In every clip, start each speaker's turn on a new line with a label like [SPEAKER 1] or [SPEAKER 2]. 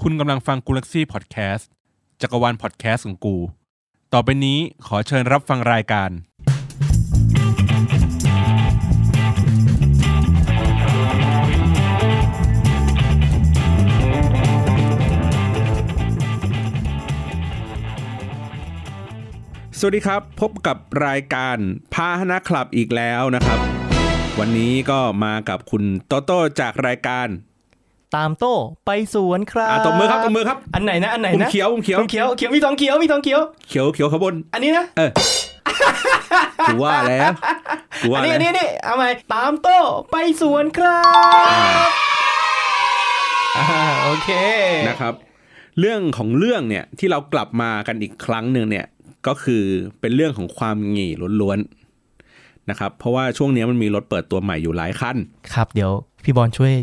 [SPEAKER 1] คุณกำลังฟังกูลักซี่พอดแคสต์จักรวาลพอดแคสต์ของกู ต่อไปนี้ขอเชิญรับฟังรายการ สวัสดีครับ พบกับรายการพาหนะคลับอีกแล้วนะครับ วันนี้ก็มากับคุณโตโต้จากรายการ
[SPEAKER 2] ตามโต้ไปสวนครับ
[SPEAKER 1] อ่ะตบมือครับตบมือครับ
[SPEAKER 2] อันไหนนะอันไหน
[SPEAKER 1] ผม
[SPEAKER 2] นะ
[SPEAKER 1] เขียวผมเขียว
[SPEAKER 2] ผมเขียวเขียวมีทองเขียวมีทองเขียว
[SPEAKER 1] เขียวเขียวขางบน
[SPEAKER 2] อันนี้นะ
[SPEAKER 1] เออ กูว่าแล้วกูว่า
[SPEAKER 2] อันนี้
[SPEAKER 1] แล้ว
[SPEAKER 2] อันนี้อันนี่เอาไหมตามโต้ไปสวนครับอ่าโอเค
[SPEAKER 1] นะครับ เรื่องของเรื่องเนี่ยที่เรากลับมากันอีกครั้งหนึ่งเนี่ยก็คือเป็นเรื่องของความหงี่ล้วนๆนะครับ เพราะว่าช่วงนี้มันมีรถเปิดตัวใหม่อยู่หลายคัน
[SPEAKER 2] ครับเดี๋ยวพี่บอลช่วย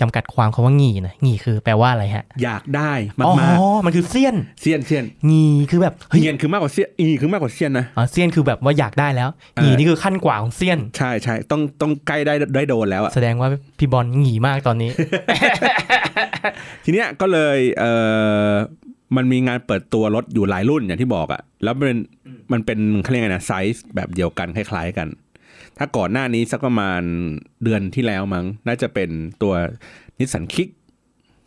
[SPEAKER 2] จำกัดความคำว่าหงี่หนะงี่คือแปลว่าอะไรฮะ
[SPEAKER 1] อยากได้
[SPEAKER 2] อ๋อ
[SPEAKER 1] มาก
[SPEAKER 2] มันคือเซียน
[SPEAKER 1] ๆเซียนเซียน
[SPEAKER 2] หงี่คือแบบเฮ้ย
[SPEAKER 1] เงียนคือมากกว่าเซียนอีคือมากกว่าเซียนนะ
[SPEAKER 2] อ๋อเซียนคือแบบว่าอยากได้แล้วหงี่
[SPEAKER 1] เออ
[SPEAKER 2] นี่คือขั้นกว่าของเซียน
[SPEAKER 1] ใช่ใช่ต้องต้องใกล้ได้ได้โดนแล้วอะ
[SPEAKER 2] แสดงว่าพี่บอลหงี่มากต อนนี้
[SPEAKER 1] ทีเนี้ยก็เลยเออมันมีงานเปิดตัวรถอยู่หลายรุ่นอย่างที่บอกอะแล้วมันเป็นมันเป็นเขาเรียกไงนะไซส์แบบเดียวกันคล้ายๆกัน ถ้าก่อนหน้านี้สักประมาณเดือนที่แล้วมั้งน่าจะเป็นตัวนิสสันคิก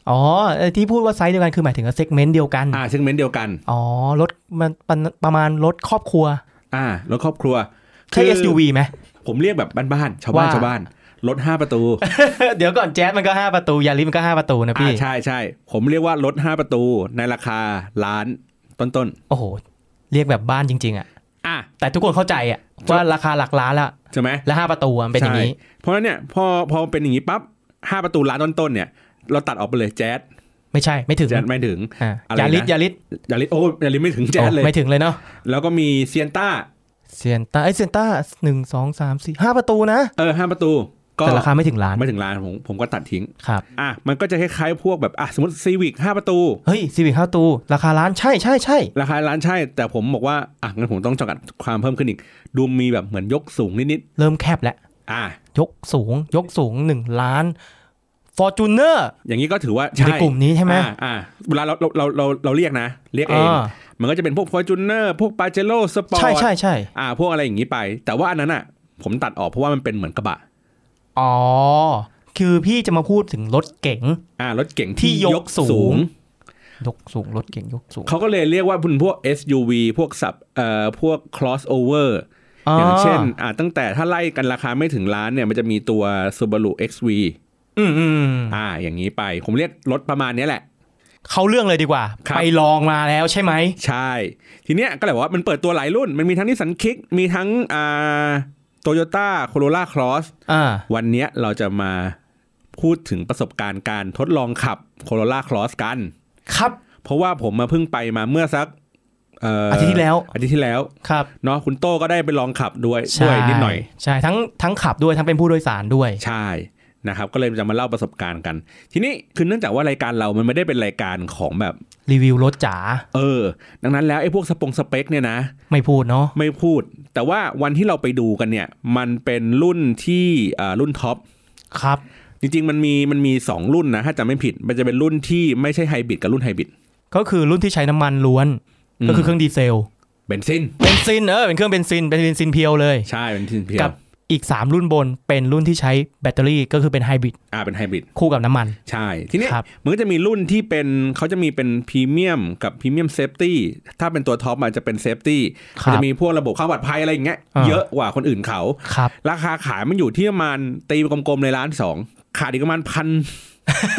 [SPEAKER 2] อ๋อเอ่อที่พูดว่าไซส์เดียวกันคือหมายถึงว่าเซกเมนต์เดียวกัน
[SPEAKER 1] อ่าเซกเมนต์เดียวกัน
[SPEAKER 2] อ๋อรถมันประประมาณรถครอบครัว
[SPEAKER 1] อ่ารถครอบครัว
[SPEAKER 2] ใช่
[SPEAKER 1] คือ
[SPEAKER 2] SUV ไหม
[SPEAKER 1] ผมเรียกแบบบ้านๆชาวบ้าน
[SPEAKER 2] ว่า
[SPEAKER 1] ชาวบ้านรถห้าประตู
[SPEAKER 2] เดี๋ยวก่อนแจ๊สมันก็ 5 ประตู ยาริสมันก็ 5 ประตูนะ
[SPEAKER 1] อ่า
[SPEAKER 2] พี่
[SPEAKER 1] ใช่ใช่ผมเรียกว่ารถห้าประตูในราคาล้านต้น
[SPEAKER 2] โอ้โห เรียกแบบบ้านจริง ๆ อ่ะ
[SPEAKER 1] ๆอ่ะ
[SPEAKER 2] แต่ทุกคนเข้าใจอ่ะ ว่าราคาหลักล้านละ
[SPEAKER 1] ใช่ไหม
[SPEAKER 2] และ 5 ประตูอะมันเป็นอย่างนี้
[SPEAKER 1] ใช่เพราะฉะนั้นเนี่ยพอพอเป็นอย่างนี้ปั๊บห้าประตูร้านต้นๆเนี่ย เราตัดออกไปเลยแจ๊ส
[SPEAKER 2] ไม่ใช่ไม่ถึง
[SPEAKER 1] แจ๊สไม่ถึง
[SPEAKER 2] อ่ะ
[SPEAKER 1] อะไรนะ
[SPEAKER 2] ยาริสยาริส
[SPEAKER 1] ยาลิสโอ้ยาลิสไม่ถึงแจ๊สเลย
[SPEAKER 2] ไม่ถึงเลยเนาะ
[SPEAKER 1] แล้วก็มีเซียนต้า
[SPEAKER 2] เซียนต้าไอยเซียนต้าหนึ่งสองสามสี่ห้าประตูนะ
[SPEAKER 1] เออห้าประตู ก็
[SPEAKER 2] แต่ราคาไม่ถึงล้าน
[SPEAKER 1] ไม่ถึงร้านผมผมก็ตัดทิ้ง
[SPEAKER 2] ครับ
[SPEAKER 1] อ่ะมันก็จะคล้ายๆพวกแบบอ่ะสมมติซีวิกห้าประตู
[SPEAKER 2] เฮ้ยซีวิคห้าประตู ราคาล้านใช่ใช่ใช่
[SPEAKER 1] ราคาร้านใช่ แต่ผมบอกว่าอ่ะงั้นผมต้องจำกัดความเพิ่มขึ้นอีก ดูมีแบบเหมือนยกสูงนิด
[SPEAKER 2] เริ่มแคบแล้ว
[SPEAKER 1] ๆอ่ะ
[SPEAKER 2] ยกสูงยกสูงหนึ่งล้านฟอร์จูเนอร์
[SPEAKER 1] อย่างนี้ก็ถือว่า
[SPEAKER 2] อยู่ใน
[SPEAKER 1] ใช่
[SPEAKER 2] กลุ่มนี้ใช่ไหม
[SPEAKER 1] อ่าอ่าเวลาเราเราเราเราเราเรียกนะ เรียกเอง
[SPEAKER 2] อ่า
[SPEAKER 1] มันก็จะเป็นพวกฟอร์จูเนอร์พวกปาเจโร่สปอร์ต
[SPEAKER 2] ใช่ใช่ใช่
[SPEAKER 1] อ่า พวกอะไรอย่างนี้ไป แต่ว่าอันนั้นอ่ะ ผมตัดออกเพราะว่ามันเป็นเหมือนกระบะ
[SPEAKER 2] อ๋อ คือพี่จะมาพูดถึงรถเก๋ง
[SPEAKER 1] อ่ารถเก่ง
[SPEAKER 2] ที่
[SPEAKER 1] ที่
[SPEAKER 2] ย
[SPEAKER 1] ย
[SPEAKER 2] ก
[SPEAKER 1] ก
[SPEAKER 2] สู
[SPEAKER 1] สู
[SPEAKER 2] ง
[SPEAKER 1] ง
[SPEAKER 2] ยกสูง รถเก๋งยกสูง
[SPEAKER 1] เขาก็เลยเรียกว่าพวก SUV พวกสับเอ่อพวก crossover อย่างเช่นอ่าตั้งแต่ถ้าไล่กันราคาไม่ถึงล้านเนี่ยมันจะมีตัว Subaru XV
[SPEAKER 2] อืมอืมอืม
[SPEAKER 1] อ่า อย่างนี้ไป ผมเรียกรถประมาณเนี้ยแหละ
[SPEAKER 2] เขาเรื่องเลยดีกว่า
[SPEAKER 1] ครับ
[SPEAKER 2] ไปลองมาแล้วใช่ไหม
[SPEAKER 1] ใช่ ทีเนี้ยก็เลยบอกว่ามันเปิดตัวหลายรุ่น มันมีทั้งนิสันคิกมีทั้งอ่าโตโยต้าโคโรล่าครอส
[SPEAKER 2] อ่า
[SPEAKER 1] วันเนี้ยเราจะมาพูดถึงประสบการณ์การทดลองขับ Corolla Cross กัน
[SPEAKER 2] ครับ
[SPEAKER 1] เพราะว่าผมมาเพิ่งไปมาเมื่อสักเ
[SPEAKER 2] าทิตย์ที่แล้ว
[SPEAKER 1] อาทิตย์ที่แล้ว
[SPEAKER 2] ครับ
[SPEAKER 1] เนาะคุณโต้ก็ได้ไปลองขับด้วยด้วยนิดหน่อย
[SPEAKER 2] ใช่ทั้งทั้งขับด้วยทั้งเป็นผู้โดยสารด้วย
[SPEAKER 1] ใช่นะครับก็เลยจะมาเล่าประสบการณ์กัน ทีนี้คือเนื่องจากว่ารายการเรามันไม่ได้เป็นรายการของแบบ
[SPEAKER 2] รีวิวรถจ๋า
[SPEAKER 1] เออ ดังนั้นแล้วไอ้พวกสปงสเปคเนี่ยนะ
[SPEAKER 2] ไม่พูดเนาะ
[SPEAKER 1] ไม่พูด แต่ว่าวันที่เราไปดูกันเนี่ย มันเป็นรุ่นที่อ่ารุ่นท็อป
[SPEAKER 2] ครับ
[SPEAKER 1] จริงๆ มันมีมันมี 2 รุ่นนะ ถ้าจำไม่ผิด มันจะเป็นรุ่นที่ไม่ใช่ไฮบริดกับรุ่นไฮบริด
[SPEAKER 2] ก็คือรุ่นที่ใช้น้ำมันล้วน
[SPEAKER 1] อืม
[SPEAKER 2] ก็คือเครื่องดีเซล
[SPEAKER 1] เบนซิน
[SPEAKER 2] เบนซินเออเป็นเครื่องเบนซินเป็นเบนซินเพียวเลย
[SPEAKER 1] ใช่เบนซินเพีย
[SPEAKER 2] กั
[SPEAKER 1] ว
[SPEAKER 2] บอีก 3 รุ่นบนเป็นรุ่นที่ใช้แบตเตอรี่ก็คือเป็นไฮบริด
[SPEAKER 1] อ่าเป็นไฮบริด
[SPEAKER 2] คู่กับน้ำมัน
[SPEAKER 1] ใช่ ทีนี้
[SPEAKER 2] ครับ
[SPEAKER 1] มันก็จะมีรุ่นที่เป็นเขาจะมีเป็นพรีเมียมกับพรีเมียมเซฟตี้ถ้าเป็นตัวท็อปอาจจะเป็นเซฟตี้
[SPEAKER 2] ค
[SPEAKER 1] มัน
[SPEAKER 2] รับ
[SPEAKER 1] จะมีพวกระบบความปลอดภัยอะไรอย่างเงี้ย
[SPEAKER 2] อ่า
[SPEAKER 1] เยอะกว่าคนอื่นเขา
[SPEAKER 2] ครับ
[SPEAKER 1] ราคาขายมันอยู่ที่ประมาณตีกลมๆเลยล้านสองขาดอีกประมาณพัน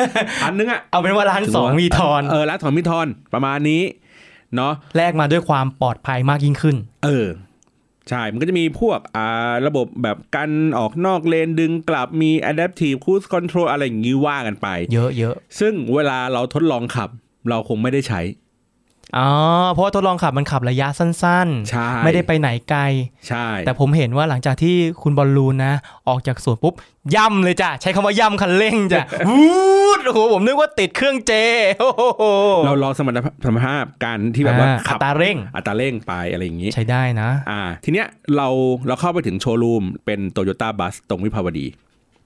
[SPEAKER 1] พันนึงอะ
[SPEAKER 2] เอาเป็นว่าร้านสองมีทอน
[SPEAKER 1] เออร้านสองมีทอนประมาณนี้เนาะ
[SPEAKER 2] แลกมาด้วยความปลอดภัยมากยิ่งขึ้น
[SPEAKER 1] เออ ใช่ มันก็จะมีพวกอ่าระบบแบบกันออกนอกเลนดึงกลับมี adaptive cruise control อะไรอย่างนี้ว่ากันไป
[SPEAKER 2] เยอะเยอะ
[SPEAKER 1] ซึ่งเวลาเราทดลองขับ เราคงไม่ได้ใช้
[SPEAKER 2] อ๋อเพราะว่าทดลองขับมันขับระยะสั้น
[SPEAKER 1] ใช่
[SPEAKER 2] ๆ ไม่ได้ไปไหนไกล
[SPEAKER 1] ใช่
[SPEAKER 2] แต่ผมเห็นว่าหลังจากที่คุณบอลลูนนะ ออกจากสวนปุ๊บ ย่ำเลยจ้ะ ใช้คำว่าย่ำคันเร่ง จ้ะ วูดโอ้โหผมนึกว่าติดเครื่องเจโอ้โห
[SPEAKER 1] เรารอสมรรถสมรรถภาพการที่แบบว่า
[SPEAKER 2] อ่
[SPEAKER 1] ขับ
[SPEAKER 2] อัตราเร่ง
[SPEAKER 1] อัตราเร่งไปอะไรอย่างนี้
[SPEAKER 2] ใช้ได้นะ
[SPEAKER 1] อ่า ทีเนี้ยเราเราเข้าไปถึงโชว์รูมเป็น Toyota Bus ตรงวิภาวดี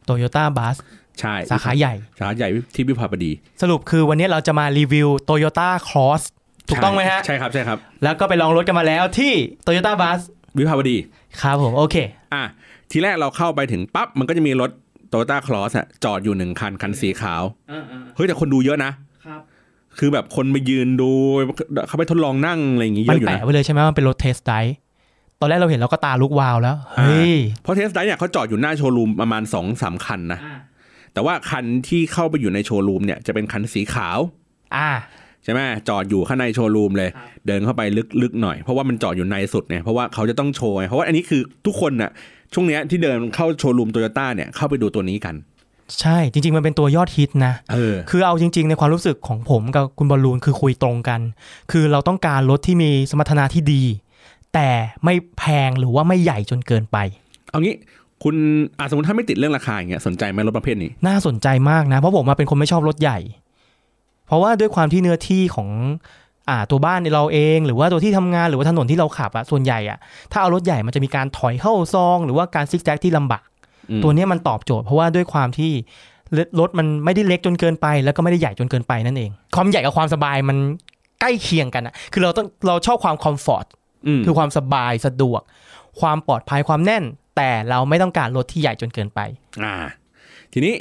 [SPEAKER 2] โตโยต้าบัส
[SPEAKER 1] ใช่
[SPEAKER 2] สาขาใหญ่
[SPEAKER 1] สาขาใหญ่ที่วิภาวดี
[SPEAKER 2] สรุปคือวันนี้เราจะมารีวิว Toyota Cross ถูกต้องไหมฮะ
[SPEAKER 1] ใช่ครับใช่ครับ
[SPEAKER 2] แล้วก็ไปลองรถกันมาแล้วที่ Toyota Bus
[SPEAKER 1] วิภาวดี
[SPEAKER 2] ครับผมโอเค
[SPEAKER 1] อ่ะทีแรกเราเข้าไปถึงปั๊บมันก็จะมีรถโตโยต้าคลอสอะจอดอยู่หนึ่งคันคันสีขาว
[SPEAKER 3] อ่าอ่า
[SPEAKER 1] เฮ้ยแต่คนดูเยอะนะ
[SPEAKER 3] ครับ
[SPEAKER 1] คือแบบคนไปยืนดูเขาไปทดลองนั่งอะไรอย่างงี้เย
[SPEAKER 2] มัน
[SPEAKER 1] อะอยู่
[SPEAKER 2] แปะ
[SPEAKER 1] นะ
[SPEAKER 2] ไว้เลยใช่ไหมว่ามันเป็นรถเทสไดตอนแรกเราเห็นเราก็ตาลุกวาวแล้ว เฮ้ย
[SPEAKER 1] เพราะเทสไดเนี่ยเขาจอดอยู่หน้าโชว์รูมประมาณ2อสามคันนะ
[SPEAKER 3] อ่า
[SPEAKER 1] แต่ว่าคันที่เข้าไปอยู่ในโชว์รูมเนี่ยจะเป็นคันสีขาว
[SPEAKER 2] อ่า
[SPEAKER 1] ใช่ไหมจอดอยู่ข้างในโชว์รูมเลย
[SPEAKER 3] ครับ
[SPEAKER 1] เดินเข้าไปลึกๆหน่อยเพราะว่ามันจอดอยู่ในสุดเนี่ยเพราะว่าเขาจะต้องโชว์ไงเพราะว่าอันนี้คือทุกคนน่ะช่วงเนี้ยที่เดินเข้าโชว์รูมโตโยต้าเนี่ยเข้าไปดูตัวนี้กัน
[SPEAKER 2] ใช่ จริง ๆ มันเป็นตัวยอดฮิตนะ
[SPEAKER 1] เออ
[SPEAKER 2] คือเอาจริง ๆ ในความรู้สึกของผมกับคุณบอลลูนคือคุยตรงกัน คือเราต้องการรถที่มีสมรรถนะที่ดี แต่ไม่แพงหรือว่าไม่ใหญ่จนเกินไป
[SPEAKER 1] เอางี้คุณอาสมมติถ้าไม่ติดเรื่องราคาอย่างเงี้ยสนใจไหมรถประเภทนี้
[SPEAKER 2] น่าสนใจมากนะ เพราะผมมาเป็นคนไม่ชอบรถใหญ่ เพราะว่าด้วยความที่เนื้อที่ของอ่าตัวบ้านเราเอง หรือว่าตัวที่ทำงานหรือว่าถนนที่เราขับอะส่วนใหญ่อะถ้าเอารถใหญ่มันจะมีการถอยเข้าซอง หรือว่าการซิกแซกที่ลำบาก
[SPEAKER 1] อืม
[SPEAKER 2] ตัวเนี้ยมันตอบโจทย์เพราะว่าด้วยความที่รถมันไม่ได้เล็กจนเกินไป แล้วก็ไม่ได้ใหญ่จนเกินไปนั่นเอง ความใหญ่กับความสบายมันใกล้เคียงกันอะคือเราต้องเราชอบความคอมฟอร์ต
[SPEAKER 1] อืม
[SPEAKER 2] คือความสบายสะดวก ความปลอดภัยความแน่น แต่เราไม่ต้องการรถที่ใหญ่จนเกินไป
[SPEAKER 1] อ่า ทีนี้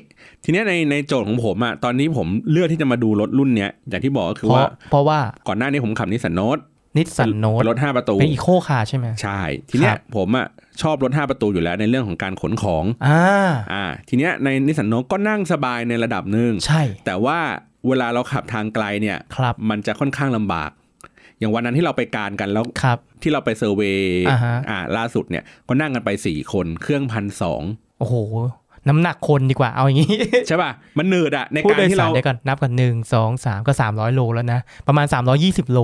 [SPEAKER 1] ทีเนี้ยในในโจทย์ของผมอะตอนนี้ผมเลือกที่จะมาดูรถรุ่นเนี้ยอย่างที่บอกก็คือ
[SPEAKER 2] เพ
[SPEAKER 1] ว่า
[SPEAKER 2] ราะเพราะว่า
[SPEAKER 1] ก่อนหน้านี้ผมขับนิสสันโนต
[SPEAKER 2] นิสสันโนต
[SPEAKER 1] เป็นรถห้าประตู
[SPEAKER 2] เป็นอีโคคาร์ใช่ไหม
[SPEAKER 1] ใช่ ทีเนี้
[SPEAKER 2] ครั
[SPEAKER 1] ย
[SPEAKER 2] บ
[SPEAKER 1] ผมอะชอบรถห้าประตูอยู่แล้วในเรื่องของการขนของ
[SPEAKER 2] อ่า
[SPEAKER 1] อ่า ทีเนี้ยในนิสสันโนตก็นั่งสบายในระดับหนึ่ง
[SPEAKER 2] ใช่
[SPEAKER 1] แต่ว่าเวลาเราขับทางไกลเนี่ย
[SPEAKER 2] ครับ
[SPEAKER 1] มันจะค่อนข้างลำบาก อย่างวันนั้นที่เราไปการกันแล้ว
[SPEAKER 2] ครับ
[SPEAKER 1] ที่เราไปเซอร์เวย์
[SPEAKER 2] อ่าฮะ
[SPEAKER 1] อ่าล่าสุดเนี่ยก็นั่งกันไปสี่คนเครื่องพันสอง
[SPEAKER 2] โอ้โห น้ำหนักคนดีกว่าเอาอย่างนี้
[SPEAKER 1] ใช่ป่ะ มันหนืดอะใน
[SPEAKER 2] พูด
[SPEAKER 1] การ
[SPEAKER 2] โดย
[SPEAKER 1] ที่
[SPEAKER 2] สา
[SPEAKER 1] เรา
[SPEAKER 2] รเดี๋ยวก่อนนับกันหนึ่งสองสามก็สามร้อยโลแล้วนะ ประมาณสามร้อยี่สิบโล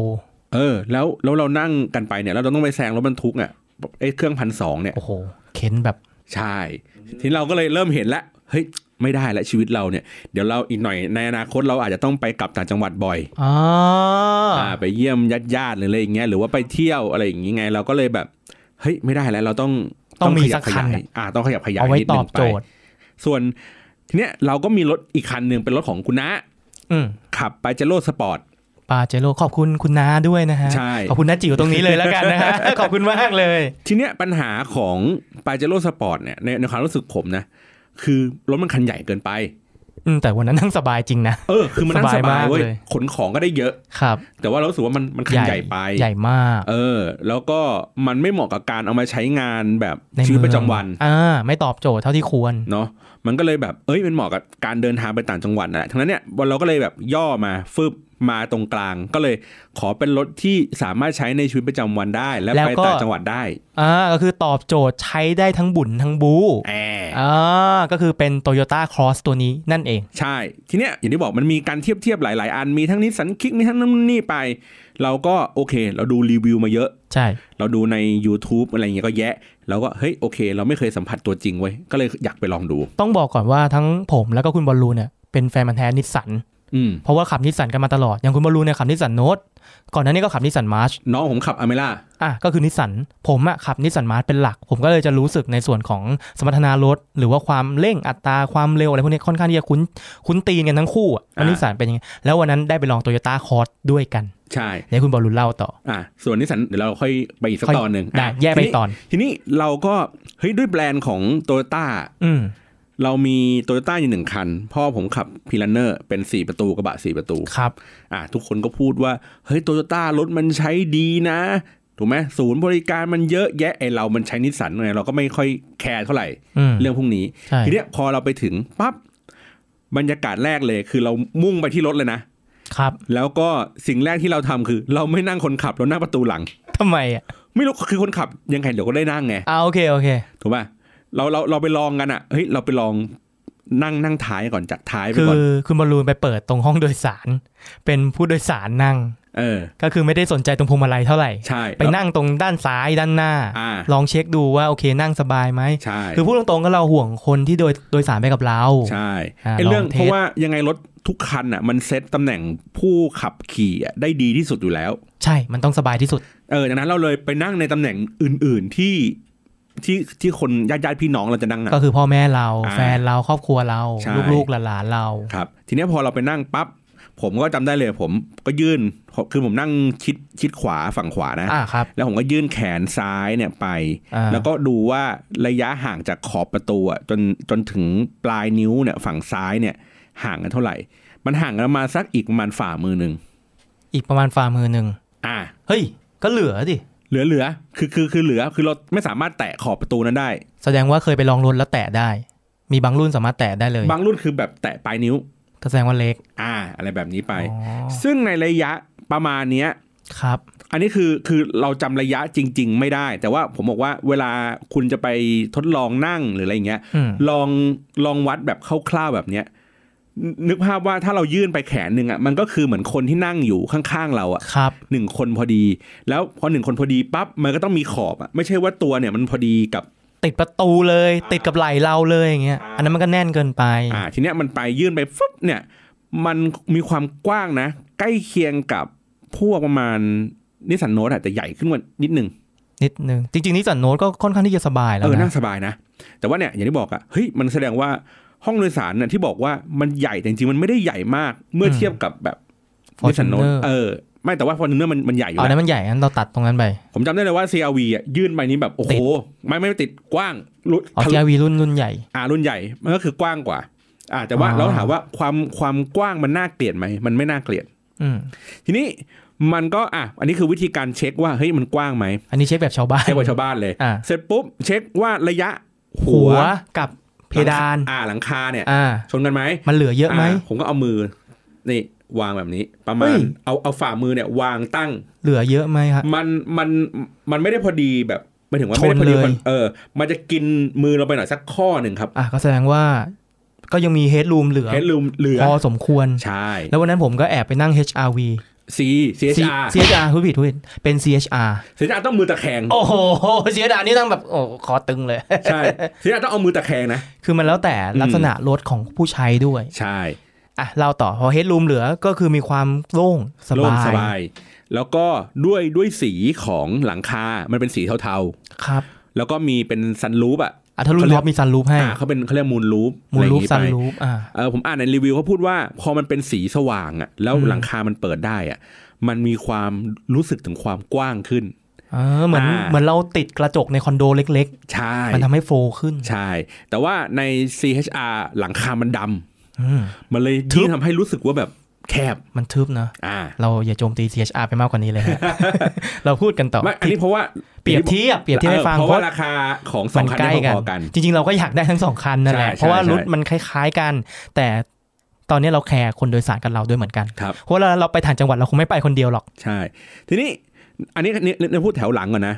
[SPEAKER 1] เออ แล้วแล้วเรานั่งกันไปเนี่ยแล้วเราต้องไปแซงรถบรรทุกอ่ะไอ้เครื่องพันสองเนี่ย
[SPEAKER 2] โอ้โห เข็นแบบ
[SPEAKER 1] ใช่ ทีนี้เราก็เลยเริ่มเห็นแล้วเฮ้ย ไม่ได้ละชีวิตเราเนี่ย เดี๋ยวเราอีกหน่อยในอนาคตเราอาจจะต้องไปกลับต่างจังหวัดบ่อย
[SPEAKER 2] อ๋อ
[SPEAKER 1] อ่าไปเยี่ยมญาติญาติๆหรืออะไรอย่างเงี้ยหรือว่าไปเที่ยวอะไรอย่างงี้ไง เราก็เลยแบบ เฮ้ยไม่ได้แล้วเราต้อง
[SPEAKER 2] ต้องมี
[SPEAKER 1] ขยั
[SPEAKER 2] สักคัน
[SPEAKER 1] ขยา
[SPEAKER 2] อะ
[SPEAKER 1] ยอ่า ต้องขยับขยาย
[SPEAKER 2] เอาไว้
[SPEAKER 1] นิด
[SPEAKER 2] ต
[SPEAKER 1] นึ
[SPEAKER 2] อบ
[SPEAKER 1] งไป
[SPEAKER 2] โจทย์
[SPEAKER 1] ส่วนทีเนี้ยเราก็มีรถอีกคันหนึ่งเป็นรถของคุณนะ
[SPEAKER 2] อืม
[SPEAKER 1] ขับไปเจโร่สปอร์ต
[SPEAKER 2] ปาเจโร่ขอบคุณคุณน้าด้วยนะฮะ
[SPEAKER 1] ใช่
[SPEAKER 2] ขอบคุณน้าจิ๋วตรงนี้เลยแล้วกัน นะฮะ ขอบคุณมากเลย
[SPEAKER 1] ทีเนี้ยปัญหาของปาเจโร่สปอร์ตเนี่ยในในความรู้สึกผมนะ คือรถมันคันใหญ่เกินไป
[SPEAKER 2] อืมแต่วันนั้นนั่งสบายจริงนะ
[SPEAKER 1] เออ คือมันนั่งส
[SPEAKER 2] สบา
[SPEAKER 1] บาย ย
[SPEAKER 2] มาก
[SPEAKER 1] เว้ย
[SPEAKER 2] เลย
[SPEAKER 1] ขนของก็ได้เยอะ
[SPEAKER 2] ครับ
[SPEAKER 1] แต่ว่าเรารู้สึกว่ามันมันคันใหญ่ไป
[SPEAKER 2] ใหญ่มาก
[SPEAKER 1] เออ แล้วก็มันไม่เหมาะกับการเอามาใช้งานแบบชีวิตประจำวัน
[SPEAKER 2] อ่า ไม่ตอบโจทย์เท่าที่ควร
[SPEAKER 1] เนาะมันก็เลยแบบเอ้ยมันเหมาะกับการเดินทางไปต่างจังหวัดนั่นแหละทั้งนั้นเนี่ยเราก็เลยแบบย่อมาฟึบมาตรงกลาง ก็เลยขอเป็นรถที่สามารถใช้ในชีวิตประจำวันได้ และ
[SPEAKER 2] แล้ว
[SPEAKER 1] ไป
[SPEAKER 2] ก็
[SPEAKER 1] ต่างจังหวัดได้
[SPEAKER 2] อ่าก็คือตอบโจทย์ใช้ได้ทั้งบุญทั้งบู
[SPEAKER 1] แอ
[SPEAKER 2] อ่าก็คือเป็น Toyota Cross ตัวนี้นั่นเอง
[SPEAKER 1] ใช่ ทีเนี้ยอย่างที่บอกมันมีการเทียบเทียบหลาย ๆ อันมีทั้งนิสสันคิกมีทั้งนั่นนี่ไป เราก็โอเค เราดูรีวิวมาเยอะ
[SPEAKER 2] ใช่
[SPEAKER 1] เราดูใน YouTube อะไรอย่างเงี้ยก็แยะ เราก็เฮ้ยโอเค เราไม่เคยสัมผัสตัวจริงไว้ยก็เลยอยากไปลองดู
[SPEAKER 2] ต้องบอกก่อนว่าทั้งผมแล้วก็คุณบอลลูนเนี่ยเป็นแฟนมันธุ์แท้นิสสัน
[SPEAKER 1] อืม
[SPEAKER 2] เพราะว่าขับนิสสันกันมาตลอด อย่างคุณบอลลูนเนี่ยขับนิสสันโนตก่อนหน้านี้ก็ขับนิสสันมาร์ช
[SPEAKER 1] น้องผมขับอเมล่า
[SPEAKER 2] อ่ะก็คือนิสสันผมอะขับนิสสันมาร์ชเป็นหลัก ผมก็เลยจะรู้สึกในส่วนของสมรรถนารถ หรือว่าความเร่งอัตราความเร็วอะไรพวกนี้ค่อนข้างที่จะคุ้นคุ้นตีนกันทั้งคู่อะว่านิสสันเป็นยังไงแล้ววันนั้นได้ไปลอง Toyota Cross ด้วยกัน
[SPEAKER 1] ใช่
[SPEAKER 2] เดี๋ยวคุณบอลลูนเล่าต่อ
[SPEAKER 1] อ่ะส่วนนิสสันเดี๋ยวเราค่อยไปอีกสัก
[SPEAKER 2] ค่อย
[SPEAKER 1] ตอนหนึ่ง
[SPEAKER 2] ได้
[SPEAKER 1] ะ
[SPEAKER 2] แยกไป
[SPEAKER 1] ที
[SPEAKER 2] ตอน
[SPEAKER 1] ทีนี้เราก็เฮ้ยด้วยแบรนด์ของโตโยต้า
[SPEAKER 2] อืม
[SPEAKER 1] เรามีโตโยต้าอยู่หนึ่งคัน พ่อผมขับพีลันเนอร์เป็นสี่ประตูกระบะสี่ประตู
[SPEAKER 2] ครับ
[SPEAKER 1] อ่ะทุกคนก็พูดว่า เฮ้ยโตโยต้ารถมันใช้ดีนะ ถูกไหมศูนย์บริการมันเยอะแยะไอเรามันใช้นิสสันไงเราก็ไม่ค่อยแคร์เท่าไหร่
[SPEAKER 2] อืม
[SPEAKER 1] เรื่องพวกนี้
[SPEAKER 2] ใช่
[SPEAKER 1] ทีเนี้ยพอเราไปถึงปั๊บบรรยากาศแรกเลย คือเรามุ่งไปที่รถเลยนะ
[SPEAKER 2] ครับ
[SPEAKER 1] แล้วก็สิ่งแรกที่เราทำคือ เราไม่นั่งคนขับเรานั่งประตูหลัง
[SPEAKER 2] ทำไมอ่ะ
[SPEAKER 1] ไม่รู้คือคนขับยังไงเดี๋ยวก็ได้นั่งไง
[SPEAKER 2] อ่าโอเคโอเค
[SPEAKER 1] ถูกป่ะเราเราเราไปลองกันอ่ะเฮ้ยเราไปลองนั่งนั่งท้ายก่อนจากท้ายไป
[SPEAKER 2] คือ
[SPEAKER 1] ก่อน
[SPEAKER 2] คุณบอลลูนไปเปิดตรงห้องโดยสาร เป็นผู้โดยสารนั่ง
[SPEAKER 1] เออ
[SPEAKER 2] ก็คือไม่ได้สนใจตรงพวงมาลัยเท่าไหร่
[SPEAKER 1] ใช่
[SPEAKER 2] ไปนั่งตรงด้านซ้ายด้านหน้า
[SPEAKER 1] อ่า
[SPEAKER 2] ลองเช็คดูว่าโอเคนั่งสบายไหม
[SPEAKER 1] ใช่
[SPEAKER 2] คือพูดตรงๆก็เราห่วงคนที่โดยโดยสารไปกับเรา
[SPEAKER 1] ใช่
[SPEAKER 2] อ่า
[SPEAKER 1] ไอ้เรื่อง
[SPEAKER 2] ลองเทส
[SPEAKER 1] เพราะว่ายังไงรถทุกคันอ่ะ มันเซตตำแหน่งผู้ขับขี่อะได้ดีที่สุดอยู่แล้ว
[SPEAKER 2] ใช่มันต้องสบายที่สุด
[SPEAKER 1] เออดังนั้นเราเลยไปนั่งในตำแหน่งอื่น ๆที่ ที่ที่คนญาติญาติๆพี่น้องเราจะนั่งอะ
[SPEAKER 2] ก็คือพ่อแม่เรา
[SPEAKER 1] อ่า
[SPEAKER 2] แฟนเราครอบครัวเรา
[SPEAKER 1] ใช่
[SPEAKER 2] ลูกๆหลานๆเรา
[SPEAKER 1] ครับทีเนี้ยพอเราไปนั่งปั๊บผมก็จำได้เลย ผมก็ยื่นคือผมนั่งชิดชิดขวาฝั่งขวานะ
[SPEAKER 2] อ่าครับ
[SPEAKER 1] แล้วผมก็ยื่นแขนซ้ายเนี่ยไป
[SPEAKER 2] อ่า
[SPEAKER 1] แล้วก็ดูว่าระยะห่างจากขอบประตูอะจนจนถึงปลายนิ้วเนี่ยฝั่งซ้ายเนี่ยห่างกันเท่าไหร่ มันห่างกันประมาณสักอีกประมาณฝ่ามือหนึ่ง
[SPEAKER 2] อีกประมาณฝ่ามือหนึ่ง
[SPEAKER 1] อ่า
[SPEAKER 2] เฮ้ย ก็เหลือดิ
[SPEAKER 1] เหลือเหลือคือคือคือเหลือคือเราไม่สามารถแตะขอบประตูนั้นได้
[SPEAKER 2] แสดงว่าเคยไปลองรถแล้วแตะได้ มีบางรุ่นสามารถแตะได้เลย
[SPEAKER 1] บางรุ่นคือแบบแตะปลายนิ้ว
[SPEAKER 2] ก็แสดงว่าเล็ก
[SPEAKER 1] อ่า อะไรแบบนี้ไป
[SPEAKER 2] อ๋อ
[SPEAKER 1] ซึ่งในระยะประมาณเนี้ย
[SPEAKER 2] ครับ
[SPEAKER 1] อันนี้คือคือเราจำระยะจริง ๆ ไม่ได้ แต่ว่าผมบอกว่าเวลาคุณจะไปทดลองนั่งหรืออะไรอย่างเงี้ย
[SPEAKER 2] อืม
[SPEAKER 1] ลองลองวัดแบบคร่าวๆแบบเนี้ยนนึกภาพว่าถ้าเรายื่นไปแขนหนึ่งอ่ะมันก็คือเหมือนคนที่นั่งอยู่ข้างๆเราอ่ะ
[SPEAKER 2] ครับ
[SPEAKER 1] หนึ่งคนพอดี แล้วพอหนึ่งคนพอดีปั๊บมันก็ต้องมีขอบอ่ะไม่ใช่ว่าตัวเนี่ยมันพอดีกับ
[SPEAKER 2] ติดประตูเลย ติดกับไหล่เราเลยอย่างเงี้ย
[SPEAKER 1] อ่า
[SPEAKER 2] อันนั้นมันก็แน่นเกินไป
[SPEAKER 1] อ่าทีเนี้ยมันไปยื่นไปฟึบเนี่ย มันมีความกว้างนะ ใกล้เคียงกับพวกประมาณนิสสันโนตอาจจะใหญ่ขึ้นกว่านิดนึง
[SPEAKER 2] นิดนึงจริงๆนี่สันโน้ตก็ค่อนข้างที่จะสบายแล้
[SPEAKER 1] เอ
[SPEAKER 2] ว
[SPEAKER 1] อนั่
[SPEAKER 2] นะ
[SPEAKER 1] งสบายนะ แต่ว่าเนี่ยอย่างที่บอกอะเฮ้ยมันแสดงว่าห้องโดยสารน่ะที่บอกว่ามันใหญ่แต่จริงๆมันไม่ได้ใหญ่มากเมื่อเทียบกับแบบ
[SPEAKER 2] ฟอ
[SPEAKER 1] นิ
[SPEAKER 2] ร์
[SPEAKER 1] สัน
[SPEAKER 2] จู
[SPEAKER 1] โน
[SPEAKER 2] เนอร์
[SPEAKER 1] เออไม่แต่ว่าฟอร์จูเนอร์มันมันใหญ่อยู่
[SPEAKER 2] อันนั้
[SPEAKER 1] แล้ว
[SPEAKER 2] นมันใหญ่อันนั้นเราตัดตรงนั้นไป
[SPEAKER 1] ผมจำได้เลยว่า CRV อ่ะยื่นไปนี้แบบโอ้โห
[SPEAKER 2] ติด
[SPEAKER 1] ไม่ไม่ติดกว้างรุ่น
[SPEAKER 2] อ๋อ
[SPEAKER 1] ทะลุ
[SPEAKER 2] TRV รุ่นรุ่นใหญ่
[SPEAKER 1] อ่ารุ่นใหญ่มันก็คือกว้างกว่า อ่าแต่ว่า
[SPEAKER 2] อ๋อ
[SPEAKER 1] เราถามว่าความความกว้างมันน่าเกลียดไหมมันไม่น่าเกลียด
[SPEAKER 2] อืม
[SPEAKER 1] ทีนี้มันก็อ่ะอันนี้คือวิธีการเช็คว่าเฮ้ยมันกว้างไหม
[SPEAKER 2] อันนี้เช็คแบบชาวบ้าน
[SPEAKER 1] เช็คกับชาวบ้านเลย
[SPEAKER 2] อ่า
[SPEAKER 1] เสร็จปุ๊บเช็คว่าระยะ
[SPEAKER 2] หัวกับเพดาน
[SPEAKER 1] อ่าหลังคาเนี่ย
[SPEAKER 2] อ่า
[SPEAKER 1] ชนกันไหม
[SPEAKER 2] มันเหลือเยอะไหม
[SPEAKER 1] าผมก็เอามือ นี่วางแบบนี้ ประมา
[SPEAKER 2] เฮ้
[SPEAKER 1] ณ
[SPEAKER 2] ย
[SPEAKER 1] เอาเอาฝ่ามือเนี่ยวางตั้ง
[SPEAKER 2] เหลือเยอะไหมฮะ
[SPEAKER 1] มันมันมันไม่ได้พอดีแบบไม่ถึงว่า
[SPEAKER 2] ช
[SPEAKER 1] ไม่
[SPEAKER 2] น
[SPEAKER 1] ได้พอดี
[SPEAKER 2] เลย
[SPEAKER 1] มันเออ มันจะกินมือเราไปหน่อยสักข้อหนึ่งครับ
[SPEAKER 2] อ่ะก็แสดงว่าก็ยังมีเฮดรูมเหลือ
[SPEAKER 1] เฮดลูมเหลือ
[SPEAKER 2] พอสมควร
[SPEAKER 1] ใช่
[SPEAKER 2] แล้ววันนั้นผมก็แอบไปนั่ง HRV
[SPEAKER 1] ซี CHR
[SPEAKER 2] C- CHR ทุบิดทุบิดเป็น CHR
[SPEAKER 1] CHR ต้องมือตะแคง
[SPEAKER 2] โอ้โห CHR นี่นั่งแบบโอ้คอตึงเลย
[SPEAKER 1] ใช่ CHR ต้องเอามือตะแคงนะ
[SPEAKER 2] คือมันแล้วแต่ลักษณะรถของผู้ใช้ด้วย
[SPEAKER 1] ใช่
[SPEAKER 2] อ่ะ เราต่อพอเฮดรูมเหลือก็คือมีความโล่งส
[SPEAKER 1] โล่ง
[SPEAKER 2] บาย
[SPEAKER 1] สบาย แล้วก็ด้วยด้วยสีของหลังคา มันเป็นสีเทา
[SPEAKER 2] ครับ
[SPEAKER 1] ๆ แล้วก็มีเป็นซันรูปอ่ะ
[SPEAKER 2] อ่ะถ้ารุ่น
[SPEAKER 1] เขาเรี
[SPEAKER 2] ท็
[SPEAKER 1] ย
[SPEAKER 2] อก ปมีซันรูปให้
[SPEAKER 1] อ่าเขาเป็นเขาเรียกมูลรูป
[SPEAKER 2] มูลรูปซัน
[SPEAKER 1] ไป
[SPEAKER 2] รูปอ่า
[SPEAKER 1] เออผมอ่านในรีวิวเขาพูดว่าพอมันเป็นสีสว่างอะแล้ว
[SPEAKER 2] อืม
[SPEAKER 1] หลังคามันเปิดได้อะมันมีความรู้สึกถึงความกว้างขึ้น
[SPEAKER 2] เออเหมือน
[SPEAKER 1] อ่า
[SPEAKER 2] เหมือนเราติดกระจกในคอนโดเล็ก
[SPEAKER 1] ใช่
[SPEAKER 2] ๆ มันทำให้โฟลว์ขึ้น
[SPEAKER 1] ใช่ แต่ว่าใน CHR หลังคามันดำ
[SPEAKER 2] อืม
[SPEAKER 1] มันเลย
[SPEAKER 2] ทึบ
[SPEAKER 1] ที่งทำให้รู้สึกว่าแบบแคบ
[SPEAKER 2] มันทึบนะ
[SPEAKER 1] อ่า
[SPEAKER 2] เราอย่าโจมตี CHR ไปมากกว่านี้เลยฮะ เราพูดกันต่อ
[SPEAKER 1] ไม่อันนี้เพราะว่า
[SPEAKER 2] เปรียบเทียบเปรียบเทียบให้ฟัง
[SPEAKER 1] เพราะ
[SPEAKER 2] เพราะ
[SPEAKER 1] ว่าราคาของส
[SPEAKER 2] มั
[SPEAKER 1] อง
[SPEAKER 2] น
[SPEAKER 1] คัน
[SPEAKER 2] ใกล้
[SPEAKER 1] เนี่ย
[SPEAKER 2] กั
[SPEAKER 1] พอๆกัน
[SPEAKER 2] น จริง ๆ เราก็อยากได้ทั้งสองคันนั่นแหละ
[SPEAKER 1] ใช่
[SPEAKER 2] เพราะว่า
[SPEAKER 1] ใช่
[SPEAKER 2] รุ่น
[SPEAKER 1] ใช่
[SPEAKER 2] มันคล้าย ๆ กัน แต่ตอนนี้เราแคร์คนโดยสารกับเราด้วยเหมือนกัน
[SPEAKER 1] ครับ
[SPEAKER 2] เพราะเราเราไปถ่างจังหวัดเราคงไม่ไปคนเดียวหรอก
[SPEAKER 1] ใช่ ทีนี้อันนี้เนี่ยเนี่ยพูดแถวหลังก่อนนะ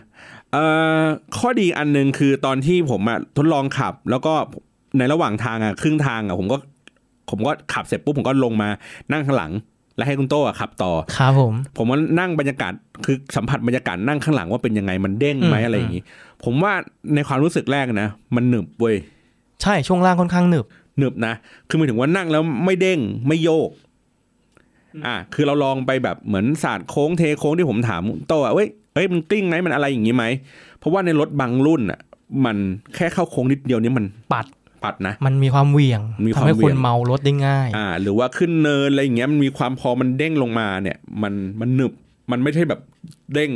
[SPEAKER 1] เอ่อข้อดีอันหนึ่งคือตอนที่ผมอะทดลองขับ แล้วก็ในระหว่างทางอะครึ่งทางอะผมก็ ผมก็ขับเสร็จปุ๊บผมก็ลงมานั่งข้างหลัง และให้คุณโต้อะขับต่อ
[SPEAKER 2] ครับผม
[SPEAKER 1] ผมว่านั่งบรรยากาศคือสัมผัสบรรยากาศนั่งข้างหลังว่าเป็นยังไงมันเด้งไหม
[SPEAKER 2] อืม
[SPEAKER 1] อะไรอย่างนี้ ผมว่าในความรู้สึกแรกนะมันหนึบเว้ย
[SPEAKER 2] ใช่ช่วงล่างค่อนข้างหนึบ
[SPEAKER 1] หนึบนะคือหมายถึงว่านั่งแล้วไม่เด้งไม่โยก อ่ะคือเราลองไปแบบเหมือนศาสตร์โค้งเทโค้งที่ผมถามโตอ่ะเว้ยเอ้ยมันกลิ้งไหมมันอะไรอย่างนี้ไหมเพราะว่าในรถบางรุ่นอ่ะ มันแค่เข้าโค้งนิดเดียวเนี้มัน
[SPEAKER 2] ปัด
[SPEAKER 1] ปัดนะ
[SPEAKER 2] มันมีความเหวี่ยง
[SPEAKER 1] มีค
[SPEAKER 2] ทำ
[SPEAKER 1] วาม
[SPEAKER 2] ให้คน
[SPEAKER 1] เหวี่ยง
[SPEAKER 2] เมารถได้ง่าย
[SPEAKER 1] อ่า หรือว่าขึ้นเนินอะไรอย่างเงี้ยมันมีความพอมันเด้งลงมาเนี่ย มันมันหนึบมันไม่ใช่แบบเด้ง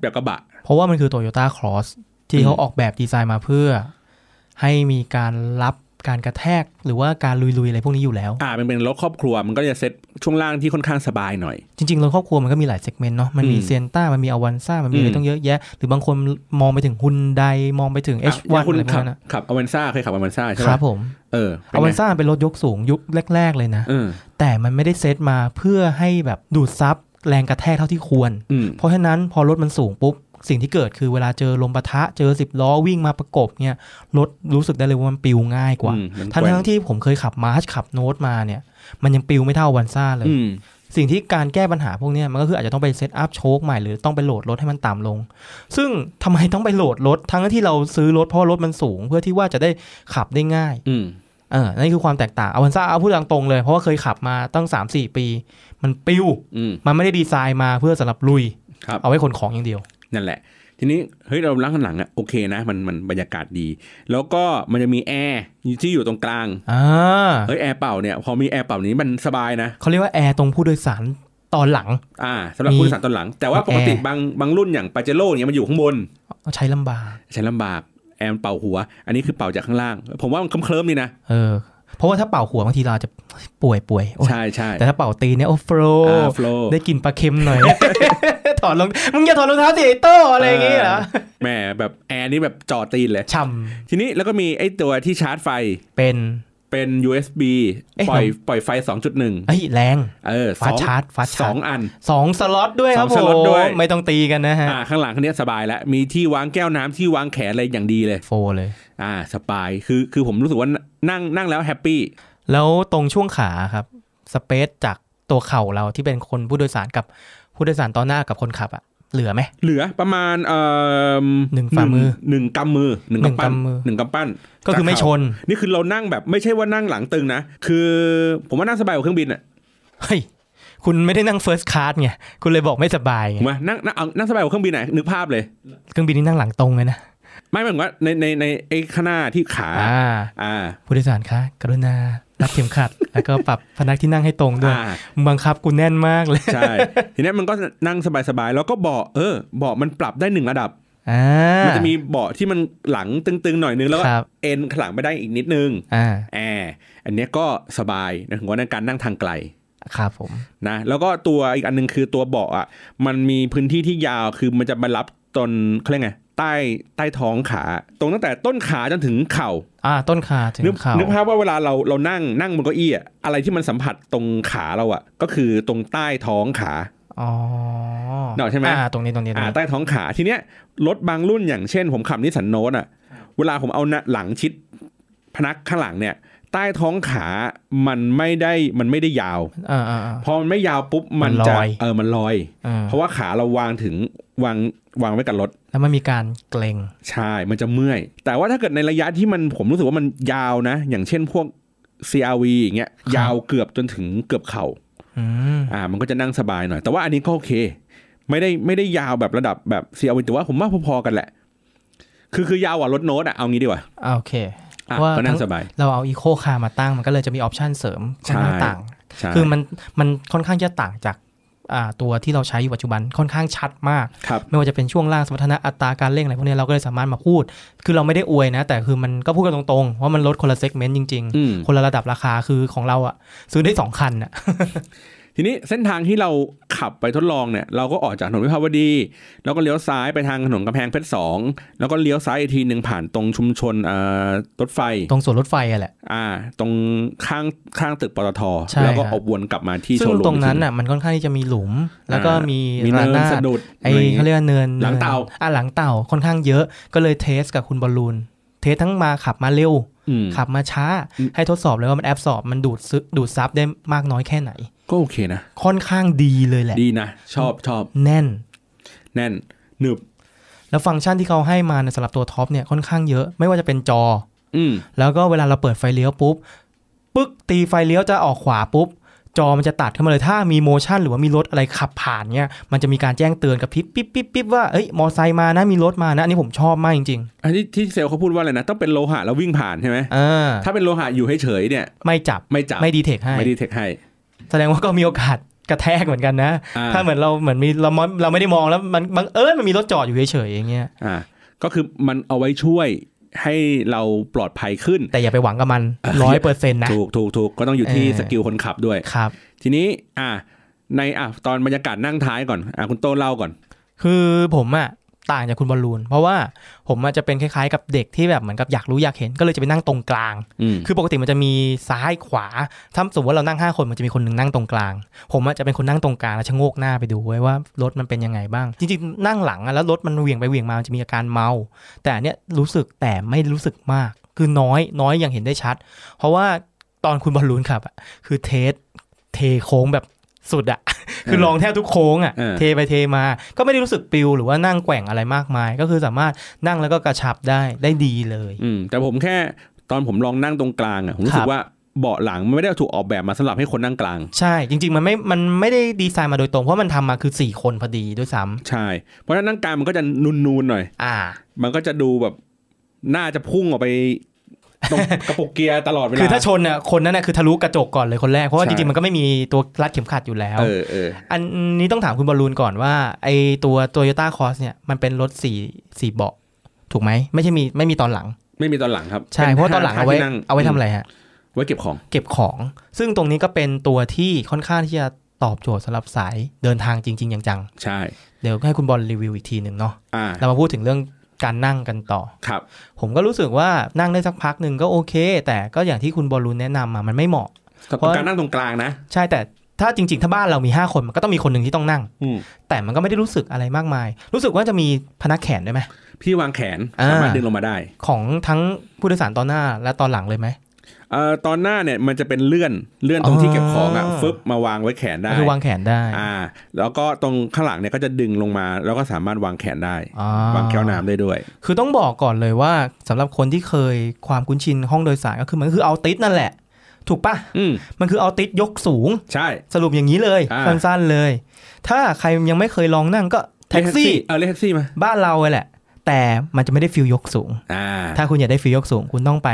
[SPEAKER 1] แบบกระบะ
[SPEAKER 2] เพราะว่ามันคือ Toyota Cross ที่เขา
[SPEAKER 1] อืม
[SPEAKER 2] ออกแบบดีไซน์มาเพื่อ ให้มีการรับการกระแทกหรือว่าการลุยๆอะไรพวกนี้อยู่แล้ว
[SPEAKER 1] อ่ามันเป็นรถครอบครัวมันก็จะเซ็ตช่วงล่างที่ค่อนข้างสบายหน่อย
[SPEAKER 2] จริงๆรถครอบครัวมันก็มีหลายเซกเมนต์เนาะ มันมี
[SPEAKER 1] อืม
[SPEAKER 2] เซียนต้า มันมีอวันซ่า มันมีอะไร
[SPEAKER 1] อืม
[SPEAKER 2] ต้องเยอะแยะ หรือบางคนมองไปถึงฮุนไดมองไปถึง
[SPEAKER 1] อ่ะ
[SPEAKER 2] H1
[SPEAKER 1] คุณ
[SPEAKER 2] อะไรพวก
[SPEAKER 1] ขับ
[SPEAKER 2] นั้นนะ
[SPEAKER 1] ขับอเวนซ่าเคยขับอเวนซ่าใช่ไห
[SPEAKER 2] ค
[SPEAKER 1] ม
[SPEAKER 2] รับผม
[SPEAKER 1] เออ
[SPEAKER 2] อวันซ่าเป็นรถยกสูงยุคแรก ๆ เลยนะ
[SPEAKER 1] เออ
[SPEAKER 2] แต่มันไม่ได้เซตมาเพื่อให้แบบดูดซับแรงกระแทกเท่าที่ควร
[SPEAKER 1] อืม
[SPEAKER 2] เพราะฉะนั้นพอรถมันสูงปุ๊บ สิ่งที่เกิดคือเวลาเจอลมปะทะเจอสิบล้อวิ่งมาประกบเนี่ยรถรู้สึกได้เลยว่ามันปิวง่ายกว่า
[SPEAKER 1] อืมมัน
[SPEAKER 2] ทั้ง
[SPEAKER 1] แกว่
[SPEAKER 2] ทั้งๆที่ผมเคยขับมาร์ชขับโน้ตมาเนี่ย มันยังปิวไม่เท่าวันซ่าเลย
[SPEAKER 1] อืม
[SPEAKER 2] สิ่งที่การแก้ปัญหาพวกเนี้ยมันก็คืออาจจะต้องไปเซตอัพโชคใหม่หรือต้องไปโหลดรถให้มันต่ำลง ซึ่งทำไมต้องไปโหลดรถทั้งที่เราซื้อรถเพราะรถมันสูง เพื่อที่ว่าจะได้ขับได้ง่าย
[SPEAKER 1] อืม
[SPEAKER 2] เออนั่นคือความแตกต่างเอาวันซ่าเอาพูดตามตรงเลย เพราะว่าเคยขับมาตั้ง 3-4 ปี มันปิ้ว
[SPEAKER 1] อืม
[SPEAKER 2] มันไม่ได้ดีไซน์มาเพื่อสำหรับลุย
[SPEAKER 1] ครับ
[SPEAKER 2] เอาไว้ขนของอย่างเดียว
[SPEAKER 1] นั่นแหละ ทีนี้เฮ้ยเราล้างข้างหลังอะโอเคนะ มันมันบรรยากาศดี แล้วก็มันจะมีแอร์ที่อยู่ตรงกลาง
[SPEAKER 2] อ่า
[SPEAKER 1] เฮ้ยแอร์เป่าเนี่ยพอมีแอร์เป่านี้มันสบายนะ
[SPEAKER 2] เขาเรียกว่าแอร์ตรงผู้โดยสารตอนหลัง
[SPEAKER 1] อ่าสำหรับ
[SPEAKER 2] มี
[SPEAKER 1] ผู้โดยสารตอนหลัง แต่ว่า
[SPEAKER 2] มี
[SPEAKER 1] ปกติ
[SPEAKER 2] แอร์
[SPEAKER 1] บางบางรุ่นอย่างปาเจโร่เนี่ยมันอยู่ข้างบน
[SPEAKER 2] ใช้ลำบาก
[SPEAKER 1] ใช้ลำบากแอร์เป่าหัว อันนี้คือเป่าจากข้างล่าง ผมว่ามันเคลิ้มๆดีนะ
[SPEAKER 2] เออ เพราะว่าถ้าเป่าหัวบางทีเราอาจจะป่วยป่วยโอ๊ย
[SPEAKER 1] ใช่ใช่
[SPEAKER 2] แต่ถ้าเป่าตีนเนี่ยโอ้โฟล
[SPEAKER 1] อ่าโฟล
[SPEAKER 2] ได้กลิ่นปลาเค็มหน่อย ถอดรองมึงอย่าถอดรองเท้าสิไอ้โต้อะไรอย่างเงี้ยเหรอ
[SPEAKER 1] แหมแบบแอร์นี่แบบจ่อตีนเลย
[SPEAKER 2] ช่
[SPEAKER 1] ทีนี้แล้วก็มีไอ้ตัวที่ชาร์จไฟ
[SPEAKER 2] ำเป็น
[SPEAKER 1] เป็น USB
[SPEAKER 2] เอ๊ะ
[SPEAKER 1] ปล่อย
[SPEAKER 2] เรา
[SPEAKER 1] ปล่อยไฟ 2.1
[SPEAKER 2] เอ้ยแรง
[SPEAKER 1] เออส
[SPEAKER 2] ฟา
[SPEAKER 1] อ
[SPEAKER 2] ส
[SPEAKER 1] ง
[SPEAKER 2] ชาร์จฟาสชาร์จ
[SPEAKER 1] สองอัน
[SPEAKER 2] สองสล็อตด้วยครั
[SPEAKER 1] ส
[SPEAKER 2] บผ
[SPEAKER 1] องสล็อตด้วย
[SPEAKER 2] มไม่ต้องตีกันนะฮะ
[SPEAKER 1] อ่า ข้างหลังคันนี้ยสบายแล้ว มีที่วางแก้วน้ำที่วางแขนอะไรอย่างดีเลย
[SPEAKER 2] โฟเลย
[SPEAKER 1] อ่า สบายคือคือผมรู้สึกว่านั่งนั่งแล้วแฮปปี้
[SPEAKER 2] แล้วตรงช่วงขาครับสเปซจากตัวเข่าเราที่เป็นคนผู้โดยสารกับผู้โดยสารตอนหน้ากับคนขับอะเหลือไหม
[SPEAKER 1] เหลือประมาณเอ่อ
[SPEAKER 2] หนึ่งฝ่ามือ
[SPEAKER 1] หนึ่งกำมือหนึ่ง
[SPEAKER 2] หนึ่ง
[SPEAKER 1] กำปั้น
[SPEAKER 2] กำมือ
[SPEAKER 1] หนึ่งกำปั้น
[SPEAKER 2] ก็คือไม่ชน
[SPEAKER 1] นี่คือเรานั่งแบบไม่ใช่ว่านั่งหลังตึงนะ คือผมว่านั่งสบายกว่าเครื่องบินอะ
[SPEAKER 2] เฮ้ย คุณไม่ได้นั่งเฟิร์สคลาสไง คุณเลยบอกไม่สบาย
[SPEAKER 1] ถู
[SPEAKER 2] ไง
[SPEAKER 1] กไหมนั่งนั่งเอานั่งสบายกว่าเครื่องบินไหนนึกภาพเลย
[SPEAKER 2] เครื่องบินนี่นั่งหลังตรงเลยนะ
[SPEAKER 1] ไม่หมายถึงว่าในในในไอ้ข้างหน้าที่ขา
[SPEAKER 2] อ่า
[SPEAKER 1] อ่า
[SPEAKER 2] ผู้โดยสารคะกรุณารัดเข็มขัด แล้วก็ปรับ พนักที่นั่งให้ตรงด้วย
[SPEAKER 1] อ่า
[SPEAKER 2] มึงบังคับกูแน่นมากเลย
[SPEAKER 1] ใช่ ทีเนี้ยมันก็นั่งสบายๆ แล้วก็เบาะเออเบาะมันปรับได้หนึ่งระดับ
[SPEAKER 2] อ่า
[SPEAKER 1] มั
[SPEAKER 2] มั
[SPEAKER 1] นจะมีเบาะที่มันหลังตึงๆหน่อยนึงแล้วก็
[SPEAKER 2] ครับ
[SPEAKER 1] เอ็นขางหลังไปได้อีกนิดนึง
[SPEAKER 2] อ่า
[SPEAKER 1] แอร์อันเนี้ยก็สบายนะถึงว่าในการนั่งทางไกล
[SPEAKER 2] ครับผม
[SPEAKER 1] นะแล้วก็ตัวอีกอันนึงคือตัวเบาะอ่ะมันมีพื้นที่ที่ยาวคือมันจะมารับตนเขาเรียกไงใต้ใต้ท้องขา ตรงตั้งแต่ต้นขาจนถึงเข่า
[SPEAKER 2] อ่า ต้นขาถึง
[SPEAKER 1] นึก
[SPEAKER 2] เข่า
[SPEAKER 1] นึกภาพว่าเวลาเราเรานั่งนั่งบนเก้าอี้อะอะไรที่มันสัมผัสตรงขาเราอ่ะก็คือตรงใต้ท้องขา
[SPEAKER 2] อ๋อ
[SPEAKER 1] เดาใช่ไหม
[SPEAKER 2] อ่า ตรงนี้ตรงนี้ตรง
[SPEAKER 1] อ่า
[SPEAKER 2] นี้
[SPEAKER 1] ใต้ท้องขาทีเนี้ยรถบางรุ่นอย่างเช่น ผมขับนิสสันโนตอ่ะ เวลาผมเอาหน้าหลังชิดพนักข้างหลังเนี่ย ใต้ท้องขามันไม่ได้มันไม่ได้ยาว
[SPEAKER 2] อ่าอ่าอ่า
[SPEAKER 1] พอมันไม่ยาวปุ๊บมัน
[SPEAKER 2] มันล
[SPEAKER 1] จะ
[SPEAKER 2] อย
[SPEAKER 1] เออมันลอย
[SPEAKER 2] อ่า
[SPEAKER 1] เพราะว่าขาเราวางถึงวางวางไว้กับรถ
[SPEAKER 2] แล้วมันมีการเกรง
[SPEAKER 1] ใช่ มันจะเมื่อย แต่ว่าถ้าเกิดในระยะที่มันผมรู้สึกว่ามันยาวนะ อย่างเช่นพวก CRV อย่างเงี้ยยาวเกือบจนถึงเกือบเข่า
[SPEAKER 2] อืม
[SPEAKER 1] อ่ามันก็จะนั่งสบายหน่อย แต่ว่าอันนี้ก็โอเค ไม่ได้ไม่ได้ยาวแบบระดับแบบ CRV แต่ว่าผมว่าพอๆกันแหละ คือคือยาวกว่ารถโน้ตอ่ะเอางี้ดีกว่า
[SPEAKER 2] อ่าโอเค
[SPEAKER 1] อ่ะ
[SPEAKER 2] ว่า
[SPEAKER 1] ก็นั่
[SPEAKER 2] ทั้
[SPEAKER 1] ง
[SPEAKER 2] ง
[SPEAKER 1] สบาย
[SPEAKER 2] เราเอาอีโคคามาตั้งมันก็เลยจะมีออปชันเสริมค่อนข้าง
[SPEAKER 1] ใช่
[SPEAKER 2] ต่าง
[SPEAKER 1] ใช่
[SPEAKER 2] คือมันมันค่อนข้างจะต่างจากอ่าตัวที่เราใช้อยู่ปัจจุบันค่อนข้างชัดมาก
[SPEAKER 1] ครับ
[SPEAKER 2] ไม่ว่าจะเป็นช่วงล่างสมรรถนะอัตราการเร่งอะไรพวกเนี้ยเราก็เลยสามารถมาพูด คือเราไม่ได้อวยนะ แต่คือมันก็พูดกันตรงๆ ว่ามันลดคนละเซกเมนต์จริง
[SPEAKER 1] อืม
[SPEAKER 2] ๆ คนละระดับราคาคือของเราอะซื้อได้ 2 คันอะ
[SPEAKER 1] ทีนี้เส้นทางที่เราขับไปทดลองเนี่ย เราก็ออกจากถนนวิภาวดี แล้วก็เลี้ยวซ้ายไปทางถนนกำแพงเพชรสองแล้วก็เลี้ยวซ้ายอีกทีหนึ่งผ่านตรงชุมชนเอ่อรถไฟ
[SPEAKER 2] ตรงส่วนรถไฟอะแหละ
[SPEAKER 1] อ่า ตรงข้างข้างตึกปตท
[SPEAKER 2] ใช่
[SPEAKER 1] แล้วก็
[SPEAKER 2] ครับ
[SPEAKER 1] ออกวนกลับมาที่
[SPEAKER 2] ซึ่
[SPEAKER 1] โช
[SPEAKER 2] ง
[SPEAKER 1] ว์รูม
[SPEAKER 2] ตรงนั้น
[SPEAKER 1] อีกที
[SPEAKER 2] อะมันค่อนข้างที่จะมีหลุม แล้วก็มี
[SPEAKER 1] มี
[SPEAKER 2] ระ
[SPEAKER 1] เนิน
[SPEAKER 2] นาด
[SPEAKER 1] สะดุดะ
[SPEAKER 2] ไอ้
[SPEAKER 1] รย่งงี้
[SPEAKER 2] เขาเรียกว่าเนิน
[SPEAKER 1] หลังเต่า
[SPEAKER 2] อ่ะหลังเต่าค่อนข้างเยอะก็เลยเทสกับคุณบอลลูนเทสทั้งมาขับมาเร็ว
[SPEAKER 1] อืม
[SPEAKER 2] ขับมาช้า
[SPEAKER 1] อืม
[SPEAKER 2] ให้ทดสอบเลยว่ามันแอบสอบมันดูดซึดูดซับได้มากน้อยแค่ไหน
[SPEAKER 1] ก็โอเคนะ
[SPEAKER 2] ค่อนข้างดีเลยแหละ
[SPEAKER 1] ดีนะชอบชอบ
[SPEAKER 2] แน่น
[SPEAKER 1] แน่นหนึบ
[SPEAKER 2] แล้วฟังก์ชันที่เขาให้มาเนี่ยสำหรับตัวท็อปเนี่ยค่อนข้างเยอะ ไม่ว่าจะเป็นจอ
[SPEAKER 1] อืม
[SPEAKER 2] แล้วก็เวลาเราเปิดไฟเลี้ยวปุ๊บปึ๊กตีไฟเลี้ยวจะออกขวาปุ๊บ จอมันจะตัดขึ้นมาเลยถ้ามีโมชั่นหรือว่ามีรถอะไรขับผ่านเนี่ยมันจะมีการแจ้งเตือนกับพริบปิ๊บปิ๊บปิ๊บว่าเอ้ยมอไซค์มานะมีรถมานะอันนี้ผมชอบมากจริง
[SPEAKER 1] อันนี้ที่เซลล์เขาพูดว่าอะไรนะ ต้องเป็นโลหะแล้ววิ่งผ่านใช่ไหม
[SPEAKER 2] ๆอ่า
[SPEAKER 1] ถ้าเป็นโลหะอยู่ให้เฉยๆเนี่ย
[SPEAKER 2] ไม่จับ
[SPEAKER 1] ไม่จับ
[SPEAKER 2] ไม่ดีเทคให้
[SPEAKER 1] ไม่ดีเทคให้
[SPEAKER 2] แสดงว่าก็มีโอกาสกระแทกเหมือนกันนะ
[SPEAKER 1] อ่า
[SPEAKER 2] ถ้าเหมือนเราเหมือนมีเรามองเราไม่ได้มองแล้วมันบังเอิญมันมีรถจอดอยู่เฉยๆอย่างเงี้ย
[SPEAKER 1] อ่า ก็คือมันเอาไว้ช่วยให้เราปลอดภัยขึ้น
[SPEAKER 2] แต่อย่าไปหวังกับมันร้อยเปอร์เซ็นต์นะ
[SPEAKER 1] ถูกถูกถูกก็ต้องอยู่ที่
[SPEAKER 2] เออ
[SPEAKER 1] สกิลคนขับด้วย
[SPEAKER 2] ครับ
[SPEAKER 1] ทีนี้ อ่า ในอ่ะตอนบรรยากาศนั่งท้ายก่อน อ่ะคุณโตเล่าก่อน
[SPEAKER 2] คือผมอะต่างจากคุณบอลลูน เพราะว่าผมอะจะเป็นคล้ายๆกับเด็กที่แบบเหมือนกับอยากรู้อยากเห็นก็เลยจะไปนั่งตรงกลาง
[SPEAKER 1] อืม
[SPEAKER 2] คือปกติมันจะมีซ้ายขวาถ้าสมมติว่าเรานั่งห้าคนมันจะมีคนหนึ่งนั่งตรงกลาง ผมอะจะเป็นคนนั่งตรงกลางแล้วชะโงกหน้าไปดูไว้ว่ารถมันเป็นยังไงบ้าง จริงๆนั่งหลังอะแล้วรถมันเหวี่ยงไปเหวี่ยงมามันจะมีอาการเมา แต่อันเนี้ยรู้สึกแต่ไม่รู้สึกมาก คือน้อยน้อยอย่างเห็นได้ชัด เพราะว่าตอนคุณบอลลูนขับอะคือเทสเทโค้งแบบสุดอะ คือลองแทบทุกโค้งอะ
[SPEAKER 1] เออ
[SPEAKER 2] เทไปเทมา ก็ไม่ได้รู้สึกปิวหรือว่านั่งแกว่งอะไรมากมาย ก็คือสามารถนั่งแล้วก็กระชับได้ได้ดีเลย
[SPEAKER 1] อืม แต่ผมแค่ตอนผมลองนั่งตรงกลางอ่ะ ผมรู้สึ
[SPEAKER 2] ครั
[SPEAKER 1] ก
[SPEAKER 2] บ
[SPEAKER 1] ว่า เบาะหลังมันไม่ได้ถูกออกแบบมาสำหรับให้คนนั่งกลาง
[SPEAKER 2] ใช่ จริง ๆ มันไม่ มันไม่ได้ดีไซน์มาโดยตรง เพราะมันทำมาคือ 4 คนพอดีด้วยซ้ำ
[SPEAKER 1] ใช่ เพราะฉะนั้นนั่งกลางมันก็จะนูนๆหน่อย
[SPEAKER 2] อ่า
[SPEAKER 1] มันก็จะดูแบบน่าจะพุ่งออกไปตรง กระปุกเกียร์ตลอดเวลา
[SPEAKER 2] คือถ้าชนน่ะคนนั้นน่ะคือทะลุกระจกก่อนเลยคนแรก เพราะว่า
[SPEAKER 1] ใช่
[SPEAKER 2] จริงๆ มันก็ไม่มีตัวรัดเข็มขัดอยู่แล้ว
[SPEAKER 1] เออเออ
[SPEAKER 2] อันนี้ต้องถามคุณบอลลูนก่อนว่าไอตัวโตโยต้าคอสเนี่ยมันเป็นรถสี่สี่เบาะถูกไหมไม่ใช่มีไม่มีตอนหลัง
[SPEAKER 1] ไม่มีตอนหลังครับ
[SPEAKER 2] ใช่ เพราะว่าตอนหลังเอาไว้
[SPEAKER 1] ป็นที่
[SPEAKER 2] เอาไว้ทำอะไรฮะ
[SPEAKER 1] ไว้เก็บของ
[SPEAKER 2] เก็บของ ซึ่งตรงนี้ก็เป็นตัวที่ค่อนข้างที่จะตอบโจทย์สำหรับสายเดินทางจริง ๆ อย่างจัง
[SPEAKER 1] ใช่
[SPEAKER 2] ๆเดี๋ยวให้คุณบอลรีวิวอีกทีหนึ่งเนาะ
[SPEAKER 1] อ่า
[SPEAKER 2] เรามาพูดถึงเรื่องการนั่งกันต่อ
[SPEAKER 1] ครับ
[SPEAKER 2] ผมก็รู้สึกว่านั่งได้สักพักหนึ่งก็โอเค แต่ก็อย่างที่คุณบอลลูนแนะนำมามันไม่เหมาะ
[SPEAKER 1] กับ
[SPEAKER 2] เพราะ
[SPEAKER 1] การนั่งตรงกลางนะ
[SPEAKER 2] ใช่แต่ถ้าจริง ๆ ถ้าบ้านเรามี 5 คนมันก็ต้องมีคนหนึ่งที่ต้องนั่ง
[SPEAKER 1] อืม
[SPEAKER 2] แต่มันก็ไม่ได้รู้สึกอะไรมากมาย รู้สึกว่าจะมีพนักแขนด้วยไหม
[SPEAKER 1] พี่วางแขน
[SPEAKER 2] อ่า
[SPEAKER 1] สามารถดึงลงมาได้
[SPEAKER 2] ของทั้งผู้โดยสารตอนหน้าและตอนหลังเลยไหม
[SPEAKER 1] เอ่อตอนหน้าเนี่ยมันจะเป็นเลื่อนเลื่อนตรงที่เก็บของอ่ะ
[SPEAKER 2] อ๋อ
[SPEAKER 1] ฟึบมาวางไว้แขนได้
[SPEAKER 2] ก็คือวางแขนได้
[SPEAKER 1] อ่า แล้วก็ตรงข้างหลังเนี่ยก็จะดึงลงมา แล้วก็สามารถวางแขนได้
[SPEAKER 2] อ่
[SPEAKER 1] วางแก้วน้ำได้ด้วย
[SPEAKER 2] คือต้องบอกก่อนเลยว่าสำหรับคนที่เคยความคุ้นชินห้องโดยสารก็คือมันคือเอาติสนั่นแหละ ถูกปะ
[SPEAKER 1] อืม
[SPEAKER 2] มันคือเอาติสยกสูง
[SPEAKER 1] ใช่
[SPEAKER 2] สรุปอย่างนี้เลย
[SPEAKER 1] อ่า
[SPEAKER 2] สั้นๆเลย ถ้าใครยังไม่เคยลองนั่งก็แท็กซี่
[SPEAKER 1] เออเรียกแท็กซี่มา
[SPEAKER 2] บ้านเราเลยแหละ แต่มันจะไม่ได้ฟิลยกสูง
[SPEAKER 1] อ่า
[SPEAKER 2] ถ้าคุณอยากได้ฟิลยกสูง คุณต้องไป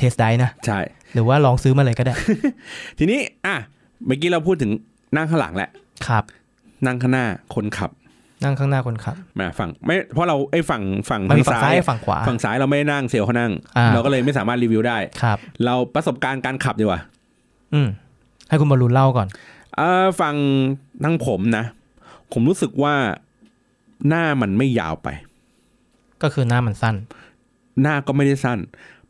[SPEAKER 2] เทสไดนะ
[SPEAKER 1] ใช่
[SPEAKER 2] หรือว่าลองซื้อมาเลยก็ได้
[SPEAKER 1] ทีนี้อ่ะเมื่อกี้เราพูดถึงนั่งข้างหลังแหละ
[SPEAKER 2] ครับ
[SPEAKER 1] นั่งข้างหน้าคนขับ
[SPEAKER 2] นั่งข้างหน้าคนขับ
[SPEAKER 1] มาฝั่งไม่เพราะเราไอ้ฝั่งฝั่ง
[SPEAKER 2] มัน
[SPEAKER 1] ทา
[SPEAKER 2] มี
[SPEAKER 1] ง
[SPEAKER 2] ฝั่ง
[SPEAKER 1] ซ้า
[SPEAKER 2] ซ้าย
[SPEAKER 1] ย
[SPEAKER 2] ฝั่งขวา
[SPEAKER 1] ฝั่งซ้ายเราไม่ได้นั่งเซลล์เขานั่ง
[SPEAKER 2] อ่า
[SPEAKER 1] เราก็เลยไม่สามารถรีวิวได้
[SPEAKER 2] ครับ
[SPEAKER 1] เราประสบการณ์การขับดีกว่า
[SPEAKER 2] อืมให้คุณบอลลูนเล่าก่อน
[SPEAKER 1] เออฝั่งนั่งผมนะ ผมรู้สึกว่าหน้ามันไม่ยาวไป
[SPEAKER 2] ก็คือหน้ามันสั้น
[SPEAKER 1] หน้าก็ไม่ได้สั้น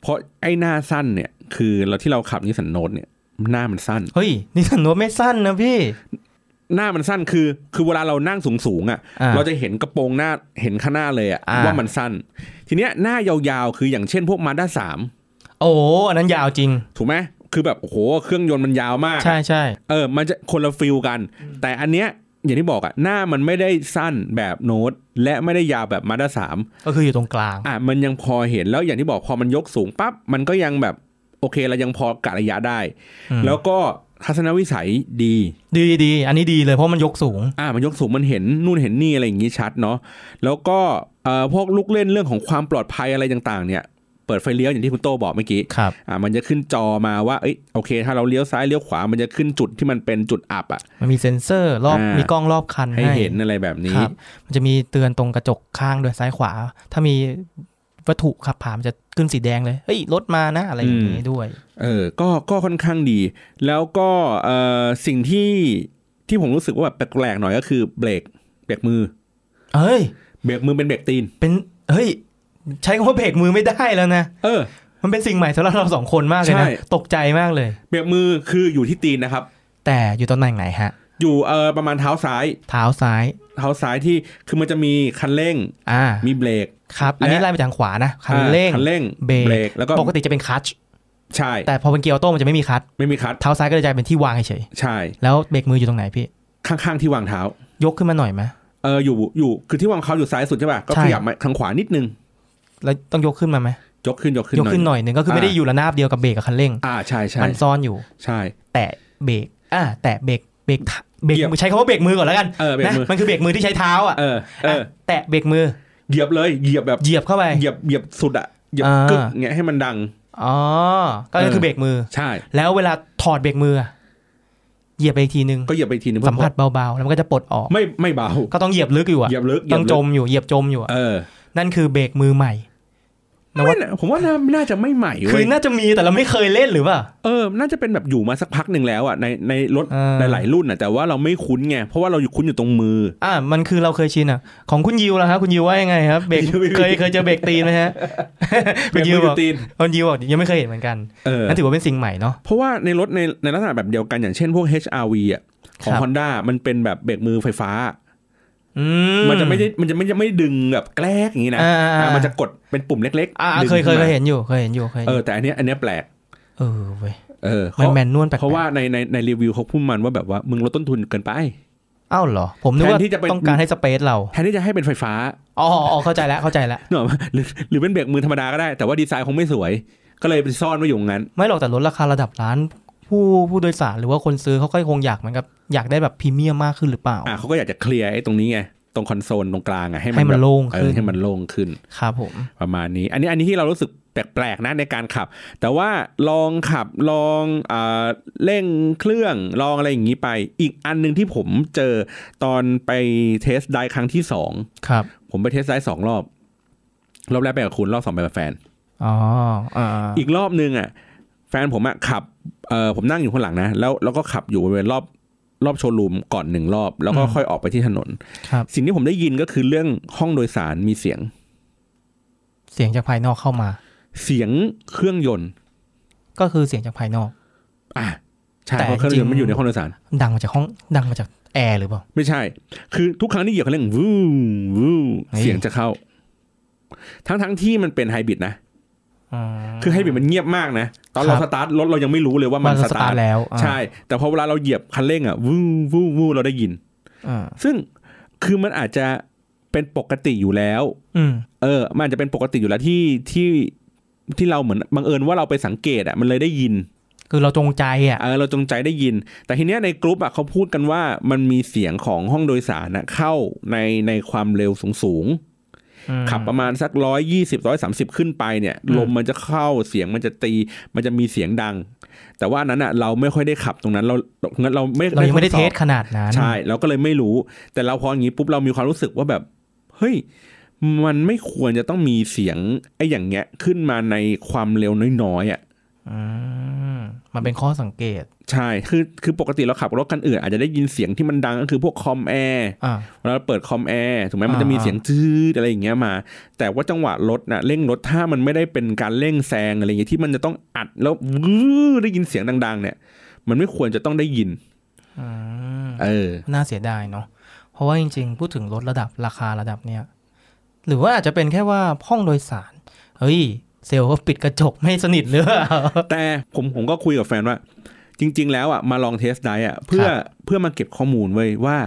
[SPEAKER 1] เพราะไอ้หน้าสั้นเนี่ย คือเราที่เราขับนิสสันโนตเนี่ยหน้ามันสั้น
[SPEAKER 2] เฮ้ยนี่สันโนตไม่สั้นนะพี่
[SPEAKER 1] หน้ามันสั้นคือ คือเวลาเรานั่งสูงสูงๆอ่ะ
[SPEAKER 2] อ่า
[SPEAKER 1] เราจะเห็นกระโปรงหน้าเห็นข้างหน้าเลยอ่ะ
[SPEAKER 2] อ่า
[SPEAKER 1] ว่ามันสั้น ทีเนี้ยหน้ายาวๆ คืออย่างเช่นพวกมาด้าสาม
[SPEAKER 2] โอ้โหอันนั้นยาวจริง
[SPEAKER 1] ถูกไหมคือแบบโอ้โหเครื่องยนต์มันยาวมาก
[SPEAKER 2] ใช่ใช่
[SPEAKER 1] เออมันจะคนละฟิลกัน แต่อันเนี้ยอย่างที่บอกอ่ะหน้ามันไม่ได้สั้นแบบโน้ตและไม่ได้ยาวแบบมาด้าสาม
[SPEAKER 2] ก็คืออยู่ตรงกลาง
[SPEAKER 1] อ่ะมันยังพอเห็นแล้วอย่างที่บอกพอมันยกสูงปั๊บมันก็ยังแบบโอเคเรายังพอกะระยะได้
[SPEAKER 2] อืม
[SPEAKER 1] แล้วก็ทัศนวิสัยดี
[SPEAKER 2] ดีดีอันนี้ดีเลยเพราะมันยกสูง
[SPEAKER 1] อ่ามันยกสูงมันเห็นนู่นเห็นนี่อะไรอย่างงี้ชัดเนาะแล้วก็เอ่อพวกลูกเล่นเรื่องของความปลอดภัยอะไรต่างๆ เนี่ย เปิดไฟเลี้ยวอย่างที่คุณโต้บอกเมื่อกี้
[SPEAKER 2] ครับ
[SPEAKER 1] อ่ามันจะขึ้นจอมาว่าเอ้ยโอเค ถ้าเราเลี้ยวซ้ายเลี้ยวขวา มันจะขึ้นจุดที่มันเป็นจุดอับอ่ะ
[SPEAKER 2] มันมีเซ็นเซอร์รอบ
[SPEAKER 1] อ่ามี
[SPEAKER 2] มีกล้องรอบคัน
[SPEAKER 1] ให้เห็นอะไรแบบนี้
[SPEAKER 2] ครับ มันจะมีเตือนตรงกระจกข้างด้วยซ้ายขวา ถ้ามีวัตถุขับผ่านมันจะขึ้นสีแดงเลย เฮ้ยรถมานะอะไรอย่างนี้ด้วย
[SPEAKER 1] เออก็ก็ค่อนข้างดี แล้วก็เอ่อสิ่งที่ที่ผมรู้สึกว่าแบบแปลกๆหน่อยก็คือเบรกเบรกมือ
[SPEAKER 2] เฮ้ย
[SPEAKER 1] เบรกมือเป็นเบรกตีน
[SPEAKER 2] เป็นเฮ้ย ใช้คำว่าเบรกมือไม่ได้แล้วนะ
[SPEAKER 1] เออ
[SPEAKER 2] มันเป็นสิ่งใหม่สำหรับเราสองคนมากเลยนะ
[SPEAKER 1] ใช่
[SPEAKER 2] ตกใจมากเลย
[SPEAKER 1] เบรกมือคืออยู่ที่ตีนนะครับ
[SPEAKER 2] แต่อยู่ตอนไหนไหนฮะ
[SPEAKER 1] อยู่เอ่อประมาณเท้าซ้าย
[SPEAKER 2] เท้าซ้าย
[SPEAKER 1] เท้าซ้ายที่คือมันจะมีคันเร่ง
[SPEAKER 2] อ่า
[SPEAKER 1] มีเบรก
[SPEAKER 2] ครับ อันนี้
[SPEAKER 1] และ
[SPEAKER 2] ไล่ไปทางขวานะคันเร่ง
[SPEAKER 1] อ่าคันเร่ง
[SPEAKER 2] เบรก
[SPEAKER 1] แล้วก็
[SPEAKER 2] ปกติจะเป็นคลัตช
[SPEAKER 1] ใช่
[SPEAKER 2] แต่พอเป็นเกียร์ออโต้มันจะไม่มีคลัตช
[SPEAKER 1] ไม่มีคัด
[SPEAKER 2] เท้าซ้ายก็เลยจะเป็นที่วางเฉย
[SPEAKER 1] ใช่
[SPEAKER 2] ๆแล้วเบรกมืออยู่ตรงไหนพี่
[SPEAKER 1] ข้างๆที่วางเท้าย
[SPEAKER 2] กขึ้นมาหน่อยไหม
[SPEAKER 1] เอออยู่อยู่คือที่วางเขาอยู่ซ้ายสุดใช่ป่ะก็
[SPEAKER 2] ใช่
[SPEAKER 1] ขยับมาทางขวานิดนึง
[SPEAKER 2] แล้วต้องยกขึ้นมาไหม
[SPEAKER 1] ยกขึ้นยกขึ้น
[SPEAKER 2] ยกขึ้น
[SPEAKER 1] ห
[SPEAKER 2] ห
[SPEAKER 1] น่อย
[SPEAKER 2] น่อยหนึ่งก็คือไม่ได้
[SPEAKER 1] อ่า
[SPEAKER 2] อยู่ระนาบเดียวกับเบรกกับคันเร่ง
[SPEAKER 1] อ่าใช่ใช่
[SPEAKER 2] มันซ่อนอยู่
[SPEAKER 1] ใช่
[SPEAKER 2] แตะเบรกอ่าแตะเบรกเบรกเบรก
[SPEAKER 1] เหยียบ
[SPEAKER 2] มือใช้คำว่าเบรกมือก่อนแล้วกัน
[SPEAKER 1] เออเบรก
[SPEAKER 2] นะ
[SPEAKER 1] มือ
[SPEAKER 2] มันคือเบรกมือที่ใช้เท้าอ่ะ
[SPEAKER 1] เออเออ
[SPEAKER 2] อ่ะแตะเบรกมือ
[SPEAKER 1] เหยียบเลยเหยียบแบบ
[SPEAKER 2] เหยียบเข้าไป
[SPEAKER 1] เหยียบเหยียบสุดอ่ะเหยียบ
[SPEAKER 2] อ่า
[SPEAKER 1] กึกเงี้ยให้มันดัง
[SPEAKER 2] อ๋อก็
[SPEAKER 1] เออ
[SPEAKER 2] คือเบรกมือ
[SPEAKER 1] ใช่
[SPEAKER 2] แล้วเวลาถอดเบรกมืออ่ะเหยียบไปอีกทีนึง
[SPEAKER 1] ก็เหยียบไปอีกทีนึงเพื่อ
[SPEAKER 2] สัมผัสเบาๆแล้วมันก็จะปลดออก
[SPEAKER 1] ไม่ไม่เบา
[SPEAKER 2] ก็ต้องเหยียบลึกอยู่อ่ะ
[SPEAKER 1] เหยียบลึกเหยี
[SPEAKER 2] ต้
[SPEAKER 1] ย
[SPEAKER 2] อบ ง
[SPEAKER 1] ลึก
[SPEAKER 2] จมอยู่เหยียบจมอยู่อะ
[SPEAKER 1] เออ
[SPEAKER 2] นั่นคือเบรกมือใหม่ นวั
[SPEAKER 1] ไม่
[SPEAKER 2] ต
[SPEAKER 1] นะผมว่าน่าน่าจะไม่ใหม่
[SPEAKER 2] คื
[SPEAKER 1] เว้
[SPEAKER 2] อย น่าจะมีแต่เราไม่เคยเล่นหรือเปล่า
[SPEAKER 1] เออน่าจะเป็นแบบอยู่มาสักพักหนึ่งแล้วอ่ะในในรถ
[SPEAKER 2] เออ
[SPEAKER 1] หลายๆรุ่นอ่ะแต่ว่าเราไม่คุ้นไงเพราะว่าเราอยู่คุ้นอยู่ตรงมือ
[SPEAKER 2] อ่ามันคือเราเคยชินอ่ะ ของคุณยิวแล้วฮะคุณยิวว่ายังไงครับเบรก
[SPEAKER 1] ไม่มี
[SPEAKER 2] เคยเคยเจอเบรกตีนไหมฮะ
[SPEAKER 1] เบร
[SPEAKER 2] คุณ
[SPEAKER 1] ก
[SPEAKER 2] ยิ
[SPEAKER 1] มือ
[SPEAKER 2] ว
[SPEAKER 1] บ ยู่
[SPEAKER 2] อก
[SPEAKER 1] ตีน
[SPEAKER 2] คุณยิวบอกยังไม่เคยเห็นเหมือนกัน
[SPEAKER 1] เออ
[SPEAKER 2] นั่นถือว่าเป็นสิ่งใหม่เนาะ
[SPEAKER 1] เพราะว่าในรถในในลักษณะแบบเดียวกันอย่างเช่นพวก HRV อ่ะของ
[SPEAKER 2] ครับ
[SPEAKER 1] Honda มันเป็นแบบเบรกมือไฟฟ้า
[SPEAKER 2] อืม
[SPEAKER 1] มันจะไม่ได้มันจะไม่จะไม่ดึงแบบแกลกอย่างนี้นะ
[SPEAKER 2] อ่าอ่าอ่า
[SPEAKER 1] อ่ามันจะกดเป็นปุ่มเล็ก
[SPEAKER 2] อ่า
[SPEAKER 1] ดึง
[SPEAKER 2] เคยเคย
[SPEAKER 1] ขึ้น
[SPEAKER 2] เค
[SPEAKER 1] มาย
[SPEAKER 2] เห็นอยู่เคยเห็นอยู่เคยเห็น
[SPEAKER 1] เอ
[SPEAKER 2] อ
[SPEAKER 1] อยู่ แต่อันเนี้ยอันเนี้ยแปลก
[SPEAKER 2] เออเว้ย
[SPEAKER 1] เออเพ
[SPEAKER 2] มัน
[SPEAKER 1] ราะ
[SPEAKER 2] แมนนวลแปลกๆ
[SPEAKER 1] เพราะว่าในในในรีวิวเขาพูดมันว่าแบบว่ามึงลดต้นทุนเกินไป
[SPEAKER 2] อ้าวเหรอ ผมนึกว่า
[SPEAKER 1] แทนที่จะเป็น
[SPEAKER 2] ต้องการให้สเปซเรา
[SPEAKER 1] แทนที่จะให้เป็นไฟฟ้า
[SPEAKER 2] อ๋ออ๋อเข้าใจแล้วเข้าใจแล้ว
[SPEAKER 1] เนกอะหรือหรือเป็นเบรกมือธรรมดาก็ได้ แต่ว่าดีไซน์คงไม่สวย ก็เลยไปซ่อนไว้อยู่งั้น
[SPEAKER 2] ไม่หรอกแต่ลดราคาระดับร้าน ผู้ผู้โดยสารหรือว่าคนซื้อเขาก็คงอยากเหมือนกับอยากได้แบบพรีเมียมมากขึ้นหรือเปล่า
[SPEAKER 1] อ่ะเขาก็อยากจะเคลียร์ไอ้ตรงนี้ไงตรงคอนโซลตรงกลางอ่ะให้
[SPEAKER 2] ให้มัน
[SPEAKER 1] แบบ
[SPEAKER 2] โล่ง
[SPEAKER 1] เอ
[SPEAKER 2] ขึ้
[SPEAKER 1] อน ให้มันโล่งขึ้น
[SPEAKER 2] ครับผม
[SPEAKER 1] ประมาณนี้ อันนี้อันนี้ที่เรารู้สึกแปลกๆนะในการขับ แต่ว่าลองขับลองอาเร่งเครื่องลองอะไรอย่างนี้ไป อีกอันหนึงที่ผมเจอตอนไปเทสไดครั้งที่สอง
[SPEAKER 2] ครับ
[SPEAKER 1] ผมไปเทสไดสองรอบ รอบแรกไปกับคุณรอบสองไปกับแฟน
[SPEAKER 2] อ๋ออ่า
[SPEAKER 1] อีกรอบนึงอ่ะแฟนผมอ่ะขับเออผมนั่งอยู่ข้างหลังนะแล้วแล้วก็ขับอยู่บริเวณรอบรอบโชว์รูมก่อนหนึ่งรอบ แล้วก็ค่อยออกไปที่ถนน
[SPEAKER 2] ครับ
[SPEAKER 1] สิ่งที่ผมได้ยินก็คือเรื่องห้องโดยสารมีเสียง
[SPEAKER 2] เสียงจากภายนอกเข้ามา
[SPEAKER 1] เสียงเครื่องยนต์
[SPEAKER 2] ก็คือเสียงจากภายนอก
[SPEAKER 1] อ่ะใช่
[SPEAKER 2] แต่
[SPEAKER 1] เพราะเครื่องยนต์มัน
[SPEAKER 2] จริง
[SPEAKER 1] อยู่ในห้องโดยสาร
[SPEAKER 2] ดังมาจากห้องดังมาจากแอร์หรือเปล่า
[SPEAKER 1] ไม่ใช่ คือทุกครั้งที่เหยียบคันเร่งวูวู
[SPEAKER 2] เฮ้ย
[SPEAKER 1] เสียงจะเข้า ทั้งทั้งที่มันเป็นไฮบริดนะ
[SPEAKER 2] อืม
[SPEAKER 1] คือไฮบริดมันเงียบมากนะ ตอนเรา
[SPEAKER 2] ค
[SPEAKER 1] ส
[SPEAKER 2] รับ
[SPEAKER 1] ตาร์ทรถเรายังไม่รู้เลยว่ามัน
[SPEAKER 2] ว่า
[SPEAKER 1] ส
[SPEAKER 2] สตา
[SPEAKER 1] ตา
[SPEAKER 2] ร์
[SPEAKER 1] ร์
[SPEAKER 2] ท
[SPEAKER 1] ท
[SPEAKER 2] แล้วอ่า
[SPEAKER 1] ใช่ แต่พอเวลาเราเหยียบคันเร่งอ่ะวูวูวูเราได้ยิน
[SPEAKER 2] อ่า
[SPEAKER 1] ซึ่งคือมันอาจจะเป็นปกติอยู่แล้ว
[SPEAKER 2] อืม
[SPEAKER 1] เออ มันอาจจะเป็นปกติอยู่แล้วที่ที่ที่เราเหมือนบังเอิญว่าเราไปสังเกตอ่ะมันเลยได้ยิน
[SPEAKER 2] คือเราจงใจอ่ะ
[SPEAKER 1] เออเราจงใจได้ยิน แต่ทีเนี้ยในกรุ๊ปอ่ะเขาพูดกันว่ามันมีเสียงของห้องโดยสารน่ะเข้าในในความเร็วสูงสูง
[SPEAKER 2] อืม
[SPEAKER 1] ๆขับประมาณสักร้อยยี่สิบร้อยสามสิบขึ้นไปเนี่ย
[SPEAKER 2] อืม
[SPEAKER 1] ลมมันจะเข้าเสียงมันจะตี มันจะมีเสียงดัง แต่ว่าอันนั้นอ่ะเราไม่ค่อยได้ขับตรงนั้นเรางั้นเราไม่
[SPEAKER 2] เรายังไม่ได้
[SPEAKER 1] ทดสอบ
[SPEAKER 2] เทสขนาดนั้น
[SPEAKER 1] ใช่เราก็เลยไม่รู้ แต่เราพออย่างนี้ปุ๊บเรามีความรู้สึกว่าแบบ เฮ้ย มันไม่ควรจะต้องมีเสียงไอ้อย่างเงี้ย ขึ้นมาในความเร็วน้อยๆอ่ะ
[SPEAKER 2] อืมมันเป็นข้อสังเกต
[SPEAKER 1] ใช่คือคือปกติเราขับรถคันอื่นอาจจะได้ยินเสียงที่มันดังก็คือพวกคอมแอร์
[SPEAKER 2] อ่า
[SPEAKER 1] เวลาเราเปิดคอมแอร์ถูกไหมมัน
[SPEAKER 2] อ่า
[SPEAKER 1] จะมีเสียงจืดอะไรอย่างเงี้ยมา แต่ว่าจังหวะรถน่ะเร่งรถถ้ามันไม่ได้เป็นการเร่งแซงอะไรอย่างเงี้ยที่มันจะต้องอัดแล้ววื้อได้ยินเสียงดัง ๆ เนี่ย มันไม่ควรจะต้องได้ยิน
[SPEAKER 2] อืม
[SPEAKER 1] เออ
[SPEAKER 2] น่าเสียดายเนาะ เพราะว่าจริงๆ พูดถึงลดระดับราคาระดับเนี่ย หรือว่าอาจจะเป็นแค่ว่าห้องโดยสาร เฮ้ย เซลล์ก็ปิดกระจกไม่สนิทหรือเป ล่า
[SPEAKER 1] แต่ผมผมก็คุยกับแฟนว่า จริง ๆ แล้วอ่ะมาลองเทสได้อ่ะเพื่อเพื่อมาเก็บข้อมูลไว้ยว่า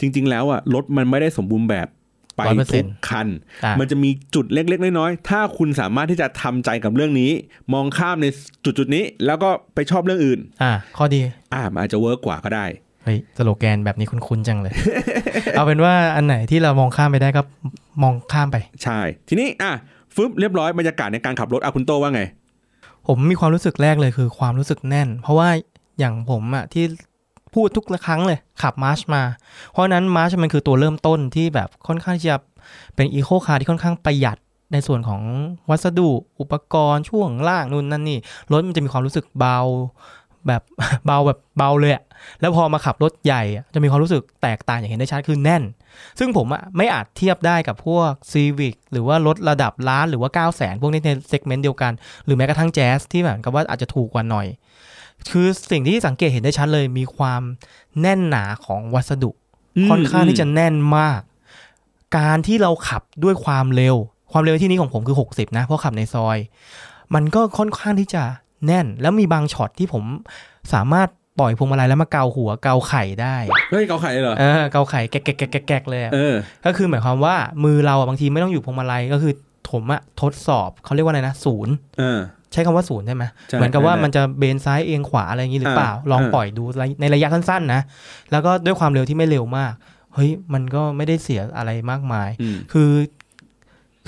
[SPEAKER 1] จริง ๆ แล้วอ่ะรถมันไม่ได้สมบูรณ์แบบไปทุก
[SPEAKER 2] 100%
[SPEAKER 1] คัน
[SPEAKER 2] อ่ะ
[SPEAKER 1] มันจะมีจุดเล็ก ๆ น้อยๆถ้าคุณสามารถที่จะทำใจกับเรื่องนี้ มองข้ามในจุดจุดๆนี้ แล้วก็ไปชอบเรื่องอื่น
[SPEAKER 2] อ่า ข้อดี
[SPEAKER 1] อ่ามันอาจจะเวิร์กกว่าก็ได้
[SPEAKER 2] เฮ้ยสโลแกนแบบนี้คุ้นๆจังเลย เอาเป็นว่าอันไหนที่เรามองข้ามไปได้ก็มองข้ามไป
[SPEAKER 1] ใช่ ทีนี้อ่ะฟึบเรียบร้อยบรรยากาศในการขับรถอ่ะคุณโตว่าไง
[SPEAKER 2] ผมมีความรู้สึกแรกเลยคือความรู้สึกแน่น เพราะว่าอย่างผมอะที่พูดทุกครั้งเลย ขับมาร์ชมา เพราะฉะนั้นมาร์ชมันคือตัวเริ่มต้นที่แบบค่อนข้างที่จะเป็นอีโคคาร์ที่ค่อนข้างประหยัดในส่วนของวัสดุอุปกรณ์ช่วงล่างนู่นนั่นนี่รถมันจะมีความรู้สึกเบาแบบ เบาแบบเบาเลยอะแล้วพอมาขับรถใหญ่อะจะมีความรู้สึกแตกต่างอย่างเห็นได้ชัดคือแน่น ซึ่งผมอะไม่อาจเทียบได้กับพวกซีวิกหรือว่ารถระดับล้านหรือว่า9 0 0 0 0พวกนี้ในเซกเมนต์เดียวกัน หรือแม้กระทั่งแจ๊สที่เหมือนกับว่าอาจจะถูกกว่าหน่อย คือสิ่งที่สังเกตเห็นได้ชัดเลยมีความแน่นหนาของวัสดุ ค่อนข้างที่จะแน่นมาก การที่เราขับด้วยความเร็ว ความเร็วที่นี้ของผมคือ 60 นะ เพราะขับในซอย มันก็ค่อนข้างที่จะแน่น แล้วมีบางช็อตที่ผมสามารถปล่อยพวงมาลัยแล้วมาเกาหัวเกาไข่ได้
[SPEAKER 1] เฮ้ยเขาไข่เหรอ
[SPEAKER 2] เออเกาไข่แกะแกะแกะแกะแกะเลยอะ
[SPEAKER 1] เออ
[SPEAKER 2] ก็คือหมายความว่ามือเราอะบางทีไม่ต้องอยู่พวงมาลัยก็คือผมอะทดสอบเขาเรียกว่าอะไรนะศูนย์
[SPEAKER 1] เออ
[SPEAKER 2] ใช้คำว่าศูนย์ได้ไหม
[SPEAKER 1] ใช่
[SPEAKER 2] เหมือนกับว่า
[SPEAKER 1] ใช่
[SPEAKER 2] มันจะเบนซ้ายเอียงขวาอะไรอย่างนี้หรือเปล่า
[SPEAKER 1] อ่า
[SPEAKER 2] ลอง
[SPEAKER 1] อ่า
[SPEAKER 2] ปล่อยดูในระยะสั้นๆนะแล้วก็ด้วยความเร็วที่ไม่เร็วมาก เฮ้ยมันก็ไม่ได้เสียอะไรมากมาย
[SPEAKER 1] อืม
[SPEAKER 2] คือ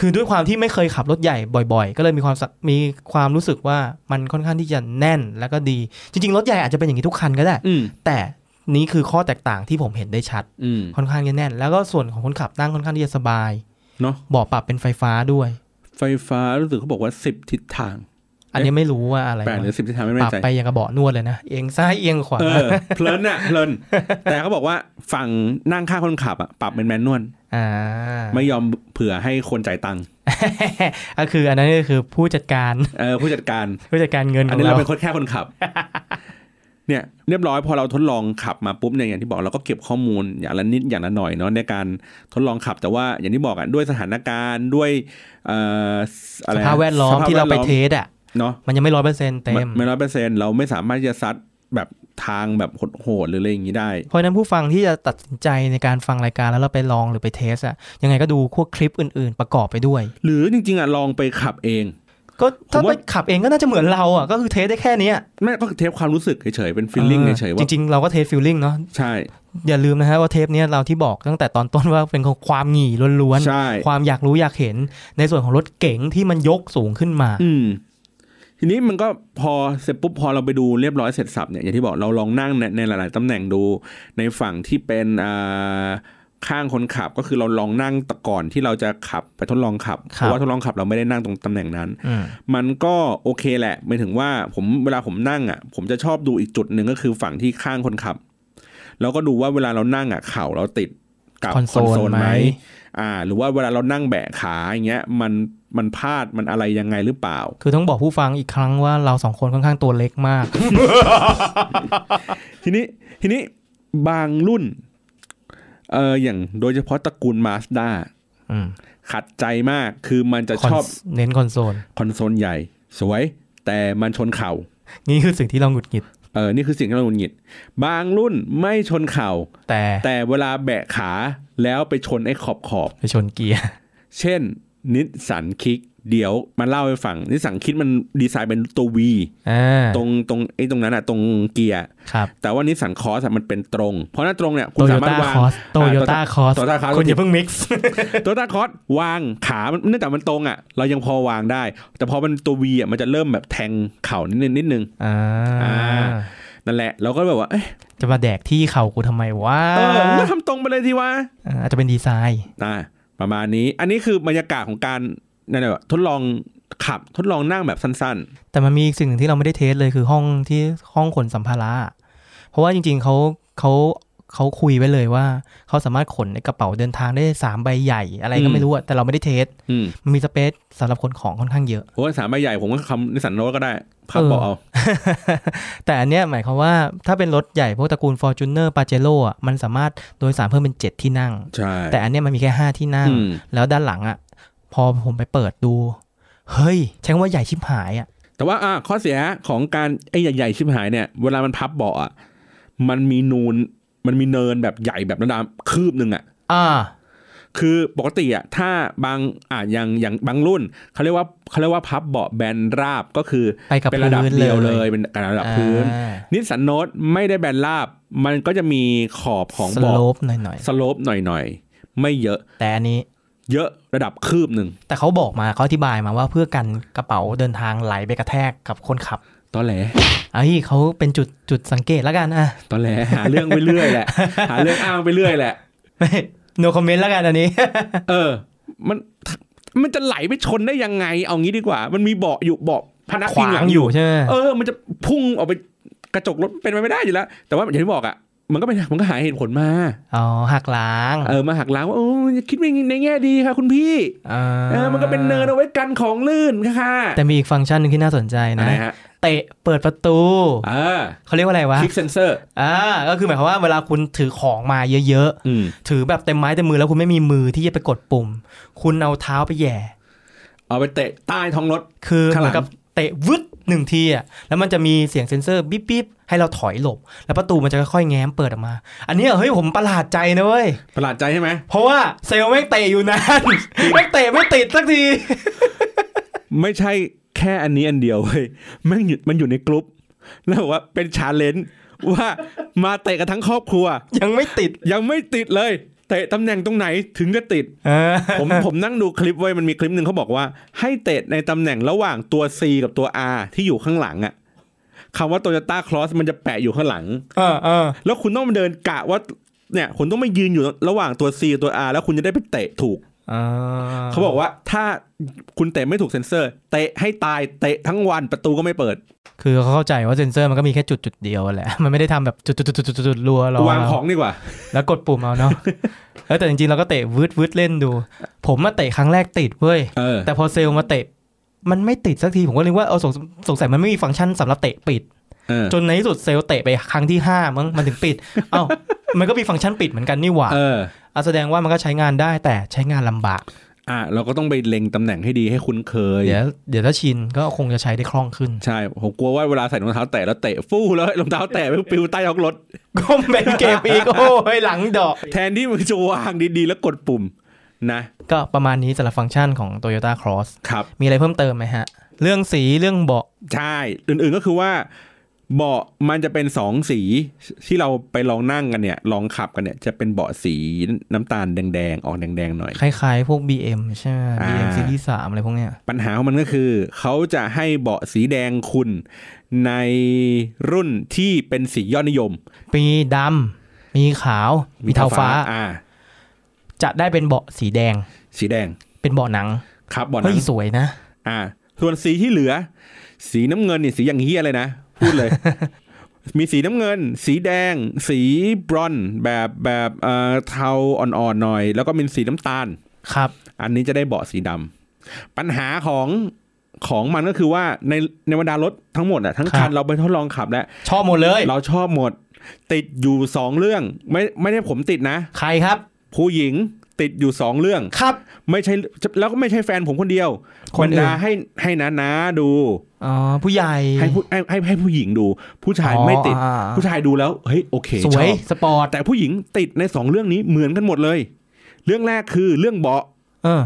[SPEAKER 2] คือด้วยความที่ไม่เคยขับรถใหญ่บ่อยๆ ก็เลยมีความสะมีความรู้สึกว่ามันค่อนข้างที่จะแน่นแล้วก็ดี จริง ๆ รถใหญ่อาจจะเป็นอย่างนี้ทุกคันก็ได้
[SPEAKER 1] อืม
[SPEAKER 2] แต่นี้คือข้อแตกต่างที่ผมเห็นได้ชัด
[SPEAKER 1] อืม
[SPEAKER 2] ค่อนข้างจะแน่น แล้วก็ส่วนของคนขับนั่งค่อนข้างที่จะสบาย
[SPEAKER 1] เนาะ
[SPEAKER 2] เบาะปรับเป็นไฟฟ้าด้วย
[SPEAKER 1] ไฟฟ้ารู้สึกเขาบอกว่าสิบทิศทาง
[SPEAKER 2] อันนี้ไม่รู้ว่าอะไร
[SPEAKER 1] แปดหรือสิบทิศทางไม่
[SPEAKER 2] ป
[SPEAKER 1] แน่
[SPEAKER 2] รับ
[SPEAKER 1] ใจ
[SPEAKER 2] ไปอย่างกระเบาะนวดเลยนะ เอียงซ้ายเอียงขวา
[SPEAKER 1] เออเพลินอะ เพลิน แต่เขาบอกว่าฝั่งนั่งข้างคนขับอะปรับเป็นแมนนวล
[SPEAKER 2] อ่า
[SPEAKER 1] ไม่ยอมเผื่อให้คนจ่ายตังค์
[SPEAKER 2] ก็คืออันนั้นก็คือผู้จัดการ
[SPEAKER 1] เออผู้จัดการ
[SPEAKER 2] ผู้จัดการเงินข
[SPEAKER 1] อัน
[SPEAKER 2] อง
[SPEAKER 1] นี้เรา
[SPEAKER 2] เรา
[SPEAKER 1] เป็นคนแค่คนขับ เนี่ยเรียบร้อยพอเราทดลองขับมาปุ๊บเนี่ยอย่างที่บอกเราก็เก็บข้อมูลอย่างละนิดอย่างละหน่อยเนาะในการทดลองขับ แต่ว่าอย่างที่บอกอะด้วยสถานการณ์ด้วยเอ่ออะไร
[SPEAKER 2] ส
[SPEAKER 1] นะ
[SPEAKER 2] ภาพแวดล้อม
[SPEAKER 1] สภ
[SPEAKER 2] ที่เราไป
[SPEAKER 1] แวดล้อม
[SPEAKER 2] เทสอ่ะ
[SPEAKER 1] เนาะ
[SPEAKER 2] มันยังไม่ร้อยเปอร์เซ็นต์เต็ม
[SPEAKER 1] ไม่ร้อยเปอร์เซ็นต์เราไม่สามารถที่จะซัดแบบทางแบบโหดๆหรืออะไรอย่างนี้ได้
[SPEAKER 2] เพราะฉะนั้นผู้ฟังที่จะตัดสินใจในการฟังรายการแล้วเราไปลองหรือไปเทสอ่ะยังไงก็ดูพวกคลิปอื่นๆ ประกอบไปด้วย
[SPEAKER 1] หรือจริงๆอะลองไปขับเอง
[SPEAKER 2] ก็ถ้า
[SPEAKER 1] ผม
[SPEAKER 2] ไป
[SPEAKER 1] ว่า
[SPEAKER 2] ขับเองก็น่าจะเหมือนเราอ่ะก็คือเทสได้แค่เนี้ย
[SPEAKER 1] ไม่ก็คือเทปความรู้สึกเฉยๆเป็นฟีลลิ่ง
[SPEAKER 2] ออ
[SPEAKER 1] เฉยๆว่า
[SPEAKER 2] จริงๆเราก็เทสฟิลลิ่งเนาะ
[SPEAKER 1] ใช่
[SPEAKER 2] อย่าลืมนะฮะว่าเทปเนี้ยเราที่บอกตั้งแต่ตอนต้นว่าเป็นความหงี่ล้วน
[SPEAKER 1] ใช่
[SPEAKER 2] ๆความอยากรู้อยากเห็นในส่วนของรถเก๋งที่มันยกสูงขึ้นมา
[SPEAKER 1] อืม ทีนี้มันก็พอเสร็จปุ๊บพอเราไปดูเรียบร้อยเสร็จสับเนี่ยอย่างที่บอกเราลองนั่งในในหลาย ๆตำแหน่งดู ในฝั่งที่เป็นอ่าข้างคนขับก็คือเราลองนั่งตะก่อนที่เราจะขับไปทดลองขับ
[SPEAKER 2] ครั
[SPEAKER 1] เพ
[SPEAKER 2] บ
[SPEAKER 1] ราะว่าทดลองขับเราไม่ได้นั่งตรงตำแหน่งนั้น
[SPEAKER 2] อืม
[SPEAKER 1] มันก็โอเคแหละหมายถึงว่าผมเวลาผมนั่งอ่ะ ผมจะชอบดูอีกจุดหนึ่งก็คือฝั่งที่ข้างคนขับ แล้วก็ดูว่าเวลาเรานั่งอ่ะเข่าเราติดกับ
[SPEAKER 2] คอนโซลไหม
[SPEAKER 1] อ่า หรือว่าเวลาเรานั่งแบะขาอย่างเงี้ยมันมันพลาดมันอะไรยังไงหรือเปล่า
[SPEAKER 2] คือต้องบอกผู้ฟังอีกครั้งว่าเราสองคนค่อนข้างตัวเล็กมาก
[SPEAKER 1] ทีนี้ทีนี้บางรุ่นเอออย่างโดยเฉพาะตระกูลมาสด้า
[SPEAKER 2] อืม
[SPEAKER 1] ขัดใจมากคือมันจะชอบ
[SPEAKER 2] คอนเน้นคอนโซล
[SPEAKER 1] คอนโซลใหญ่ สวย แต่มันชนเข่า
[SPEAKER 2] นี่คือสิ่งที่เราหงุดหงิด
[SPEAKER 1] เออนี่คือสิ่งที่เราหงุดหงิด บางรุ่นไม่ชนเข่า
[SPEAKER 2] แต่
[SPEAKER 1] แต่เวลาแบะขาแล้วไปชนไอ้ขอบขอบ
[SPEAKER 2] ไปชนเกียร์
[SPEAKER 1] ๆเช่นนิสสันคิก เดี๋ยวมาเล่าให้ฟังนิสสันคิกมันดีไซน์เป็นตัววี
[SPEAKER 2] อ่า
[SPEAKER 1] ตรงตรงไอ้ตรงนั้นอะตรงเกียร์
[SPEAKER 2] ครับ
[SPEAKER 1] แต่ว่านิสสันคอสมันเป็นตรง เพราะหน้าตรงเนี่ยคุ
[SPEAKER 2] โต
[SPEAKER 1] ณ
[SPEAKER 2] โย
[SPEAKER 1] สามาร
[SPEAKER 2] ต้าว
[SPEAKER 1] ถาง
[SPEAKER 2] คอสโตโยต้าคอส
[SPEAKER 1] โตโยต้าคอส
[SPEAKER 2] คุณอย่าเพิ่งมิกซ์
[SPEAKER 1] ตัวตาคอสวางขามันเนื่องจากมันตรงอ่ะ เรายังพอวางได้ แต่พอมันตัววีอ่ะมันจะเริ่มแบบแทงเข่านิดนึงนิดนึง
[SPEAKER 2] อ่า
[SPEAKER 1] อ่า นั่นแหละ เราก็แบบว่าเอ้ย
[SPEAKER 2] จะมาแดกที่เข่ากูทำไมวะ
[SPEAKER 1] เออมึงก็ทำตรงไปเลยทีว่า
[SPEAKER 2] อ่าอาจจะเป็นดีไซน์
[SPEAKER 1] อ่าประมาณนี้ อันนี้คือบรรยากาศของการนั่นแหละทดลองขับทดลองนั่งแบบสั้น
[SPEAKER 2] แต่มันมีอีกสิ่งหนึ่งที่เราไม่ได้เทสเลยคือห้องที่ห้องขนสัมภาระเพราะว่าจริงๆเขาเขาเขาคุยไว้เลยว่าเขาสามารถขนในกระเป๋าเดินทางได้สามใบใหญ่อะไรก็ไม่รู้อะแต่เราไม่ได้เทส
[SPEAKER 1] ๆ อืม
[SPEAKER 2] มันมีสเปซสำหรับขนของค่อนข้างเยอะ
[SPEAKER 1] โอ้ยสามใบใหญ่ผมก็คำนิสสันโนตก็ได้พับเบอกเอา
[SPEAKER 2] แต่อันเนี้ยหมายความว่าถ้าเป็นรถใหญ่พวกตระกูล Fortuner p a j e r o อ่ะมันสามารถโดยสารเพิ่มเป็น 7 ที่นั่ง
[SPEAKER 1] ใช่
[SPEAKER 2] แต่อันเนี้ยมันมีแค่ 5 ที่นั่ง
[SPEAKER 1] อืม
[SPEAKER 2] แล้วด้านหลังอ่ะพอผมไปเปิดดู เฮ้ยใช้คำว่าใหญ่ชิบหายอ่ะ
[SPEAKER 1] แต่ว่าอ่ะข้อเสียของการไอ้ใหญ่ๆชิบหายเนี่ย เวลามันพับเบาะอ่ะมันมีนูนมันมีเนินแบบใหญ่แบบระดับคืบหนึ่งอ่ะ
[SPEAKER 2] อ่า
[SPEAKER 1] คือปกติอะถ้าบางอ่ะอย่างอย่างบางรุ่นเขาเรียกว่าเขาเรียกว่าพับเบาะแบนราบก็คือ
[SPEAKER 2] ไปกับ
[SPEAKER 1] เป็นระดับ
[SPEAKER 2] พื้น
[SPEAKER 1] เดียว
[SPEAKER 2] เล
[SPEAKER 1] เลย ยเป็นการระดับพื้นนิสสันโนตไม่ได้แบนราบ มันก็จะมีขอบของ
[SPEAKER 2] ส
[SPEAKER 1] เบาะ
[SPEAKER 2] โลปหน่อย
[SPEAKER 1] สโลปหน่อยๆ ไม่เยอะ
[SPEAKER 2] ๆ แต่อันนี้
[SPEAKER 1] เยอะระดับคืบหนึ่ง
[SPEAKER 2] แต่เขาบอกมาเขาอธิบายมาว่าเพื่อกันกระเป๋าเดินทางไหลไปกระแทกกับคนขับ
[SPEAKER 1] ตอแหล
[SPEAKER 2] ไอ้ยเขาเป็นจุดจุดสังเกตแล้วกันอ่ะ
[SPEAKER 1] ตอแหลหาเรื่องไปเรื่อยแหละ หาเรื่องอ้างไปเรื่อยแหละ
[SPEAKER 2] no comment แล้วกันอันนี้
[SPEAKER 1] เออ มันมันจะไหลไปชนได้ยังไง เอางี้ดีกว่า มันมีเบาะอยู่เบาะพนัก
[SPEAKER 2] ข
[SPEAKER 1] พิง
[SPEAKER 2] วา
[SPEAKER 1] หลั
[SPEAKER 2] ง
[SPEAKER 1] งอ
[SPEAKER 2] อยู่ ยู่ใช่ไหม
[SPEAKER 1] เออ มันจะพุ่งออกไปกระจกรถเป็นไปไม่ได้อยู่แล้ว แต่ว่าอย่างที่บอกอะ่ะ มันก็เป็นมันก็หาเหตุผลมา
[SPEAKER 2] อ๋อหักล้าง
[SPEAKER 1] เออ มาหักล้างว่าโอ้ยคิดในแง่ดีค่ะคุณพี่
[SPEAKER 2] า
[SPEAKER 1] เออ มันก็เป็นเนินเอาไว้กันของลื่นค่ะ
[SPEAKER 2] แต่มีอีกฟังก์ชันหนึ่งที่น่าสนใจ
[SPEAKER 1] อัน
[SPEAKER 2] นะ
[SPEAKER 1] ไหนฮะ
[SPEAKER 2] เตะเปิดประตู
[SPEAKER 1] เออ
[SPEAKER 2] เขาเรียกว่าอะไรวะ
[SPEAKER 1] คลิกเซนเซอร์
[SPEAKER 2] อ่าก็คือหมายความว่าเวลาคุณถือของมาเยอะ
[SPEAKER 1] อืม
[SPEAKER 2] ๆ ถือแบบเต็มไม้เต็มมือแล้วคุณไม่มีมือที่จะไปกดปุ่ม คุณเอาเท้าไปแหย่
[SPEAKER 1] เอาไปเตะใต้ท้องรถ
[SPEAKER 2] คือ
[SPEAKER 1] ข้าง
[SPEAKER 2] เห
[SPEAKER 1] หลัง
[SPEAKER 2] มือนกับเตะวึดหนึ่งทีอ่ะแล้วมันจะมีเสียงเซ็นเซอร์บปิ๊บๆให้เราถอยหลบ แล้วประตูมันจะค่อยๆแง้มเปิดออกมา อันเนี้ยเฮ้ยผมประหลาดใจนะเว้ย
[SPEAKER 1] ประหลาดใจใช่ไหม
[SPEAKER 2] เพราะว่าเซลล์ไม่งเตะอยู่นานไม่งเตะไม่ติดสักที
[SPEAKER 1] ไม่ใช่แค่อันนี้อันเดียวเว้ย แม่งอยู่มันอยู่ในกลุ่มแล้วบอกว่าเป็นชาเลนจ์ว่ามาเตะกันทั้งครอบครัว
[SPEAKER 2] ยังไม่ติด
[SPEAKER 1] ยังไม่ติดเลยเตะตำแหน่งตรงไหนถึงจะติด
[SPEAKER 2] เออ
[SPEAKER 1] ผมผมนั่งดูคลิปไว้ยมันมีคลิปหนึ่งเขาบอกว่า ให้เตะในตำแหน่งระหว่างตัว C กับตัว R ที่อยู่ข้างหลังอะคำว่าโตโยต้าคลอสมันจะแปะอยู่ข้างหลัง
[SPEAKER 2] เออเออ
[SPEAKER 1] แล้วคุณต้องมาเดินกะว่าเนี่ยคุณต้องมายืนอยู่ระหว่างตัว C กับตัว R แล้วคุณจะได้ไปเตะถูก เขาบอกว่าถ้าคุณเตะไม่ถูกเซ็นเซอร์ เตะให้ตายเตะทั้งวันประตูก็ไม่เปิด
[SPEAKER 2] คือเขาเข้าใจว่าเซนเซอร์มันก็มีแค่จุดจุดๆเดียวแหละ มันไม่ได้ทำแบบจุดจุดจุดจุดจุดๆๆๆๆรัวรอ
[SPEAKER 1] วางของดีกว่า
[SPEAKER 2] แล้วกดปุ่มเอาเนาะ เออแต่จริงๆเราก็เตะวืดวืดๆเล่นดู ผมมาเตะครั้งแรกติดเว้ย
[SPEAKER 1] เออ
[SPEAKER 2] แต่พอเซลล์มาเตะ มันไม่ติดสักที ผมก็เลยว่าเอาสงสงสัยมันไม่มีฟังก์ชันสำหรับเตะปิด
[SPEAKER 1] เออ
[SPEAKER 2] จนในที่สุดเซลล์เตะไปครั้งที่ห้ามั้งมันถึงปิ ด เอ้ามันก็มีฟังก์ชันปิดเหมือนกันนี่หว่า
[SPEAKER 1] เออ
[SPEAKER 2] อ่ะแสดงว่ามันก็ใช้งานได้แต่ใช้งานลำบาก
[SPEAKER 1] อ่ะเราก็ต้องไปเล็งตำแหน่งให้ดีให้คุ้นเคย
[SPEAKER 2] เดี๋ยวเดี๋ยวถ้าชินก็คงจะใช้ได้คล่อง ขึ้น
[SPEAKER 1] ใช่ ผมกลัวว่าเวลาใส่รองเท้าแตะแล้วเตะฟู่แล้วรองเท้าแตะไปปิวใต้ท้องรถ
[SPEAKER 2] ก็เป็นเกมอีกโอ้ยหลังดอก
[SPEAKER 1] แทนที่มันจะวางดีๆ แล้วกดปุ่มนะ
[SPEAKER 2] ก็ประมาณนี้สำหรับฟังก์ชันของ Toyota Cross
[SPEAKER 1] ครับ
[SPEAKER 2] มีอะไรเพิ่มเติมไหมฮะ เรื่องสีเรื่องเบาะ
[SPEAKER 1] ใช่อื่นๆก็คือว่า เบาะมันจะเป็นสองสีที่เราไปลองนั่งกันเนี่ย ลองขับกันเนี่ย จะเป็นเบาะสีน้ำตาลแดงๆออกแดงๆหน่อย
[SPEAKER 2] คล้ายๆ พวก BM ใช่ไหม BM
[SPEAKER 1] อ่า
[SPEAKER 2] ซีรีส์สามอะไรพวกเนี้ย
[SPEAKER 1] ปัญหาของมันก็คือ เขาจะให้เบาะสีแดงคุณในรุ่นที่เป็นสียอดนิยม
[SPEAKER 2] มีดำมีขาว มีเทาฟ้า
[SPEAKER 1] อ่า
[SPEAKER 2] จะได้เป็นเบาะสีแดง
[SPEAKER 1] สีแดง
[SPEAKER 2] เป็นเบาะหนัง
[SPEAKER 1] ครับเบาะหนั
[SPEAKER 2] เฮ้ย
[SPEAKER 1] ง
[SPEAKER 2] สวยนะ
[SPEAKER 1] อ่า ส่วนสีที่เหลือ สีน้ำเงินเนี่ยสีอย่างเฮียเลยนะ พูด เลย มีสีน้ำเงิน สีแดง สีบรอนซ์แบบแบบเอ่อเทาอ่อนๆหน่อย แล้วก็มีสีน้ำตาล
[SPEAKER 2] ครับ
[SPEAKER 1] อันนี้จะได้เบาะสีดำปัญหาของของมันก็คือว่าในในบรรดารถทั้งหมดอะทั้ง
[SPEAKER 2] ครั
[SPEAKER 1] คั
[SPEAKER 2] บ
[SPEAKER 1] นเราไปทดลองขับแล้ว
[SPEAKER 2] ชอบหมดเลย
[SPEAKER 1] เราชอบหมด ติดอยู่สองเรื่อง ไม่ไม่ได้ผมติดนะ
[SPEAKER 2] ใครครับ
[SPEAKER 1] ผู้หญิงติดอยู่สองเรื่อง
[SPEAKER 2] ครับ
[SPEAKER 1] ไม่ใช่แล้วก็ไม่ใช่แฟนผมคนเดียว
[SPEAKER 2] คน
[SPEAKER 1] บ
[SPEAKER 2] อื่น
[SPEAKER 1] รรดาให้ให้นะนะดู
[SPEAKER 2] อ๋อผู้ใหญ่
[SPEAKER 1] ให้ผู้ให้ให้ให้ผู้หญิงดู ผู้ชายไม่ติด
[SPEAKER 2] อ๋ออ่า
[SPEAKER 1] ผู้ชายดูแล้วเฮ้ยโอเค
[SPEAKER 2] ส
[SPEAKER 1] ช
[SPEAKER 2] วย
[SPEAKER 1] อบ
[SPEAKER 2] สปอร์ต
[SPEAKER 1] แต่ผู้หญิงติดในสองเรื่องนี้เหมือนกันหมดเลย เรื่องแรกคือเรื่องเบาะ
[SPEAKER 2] เออ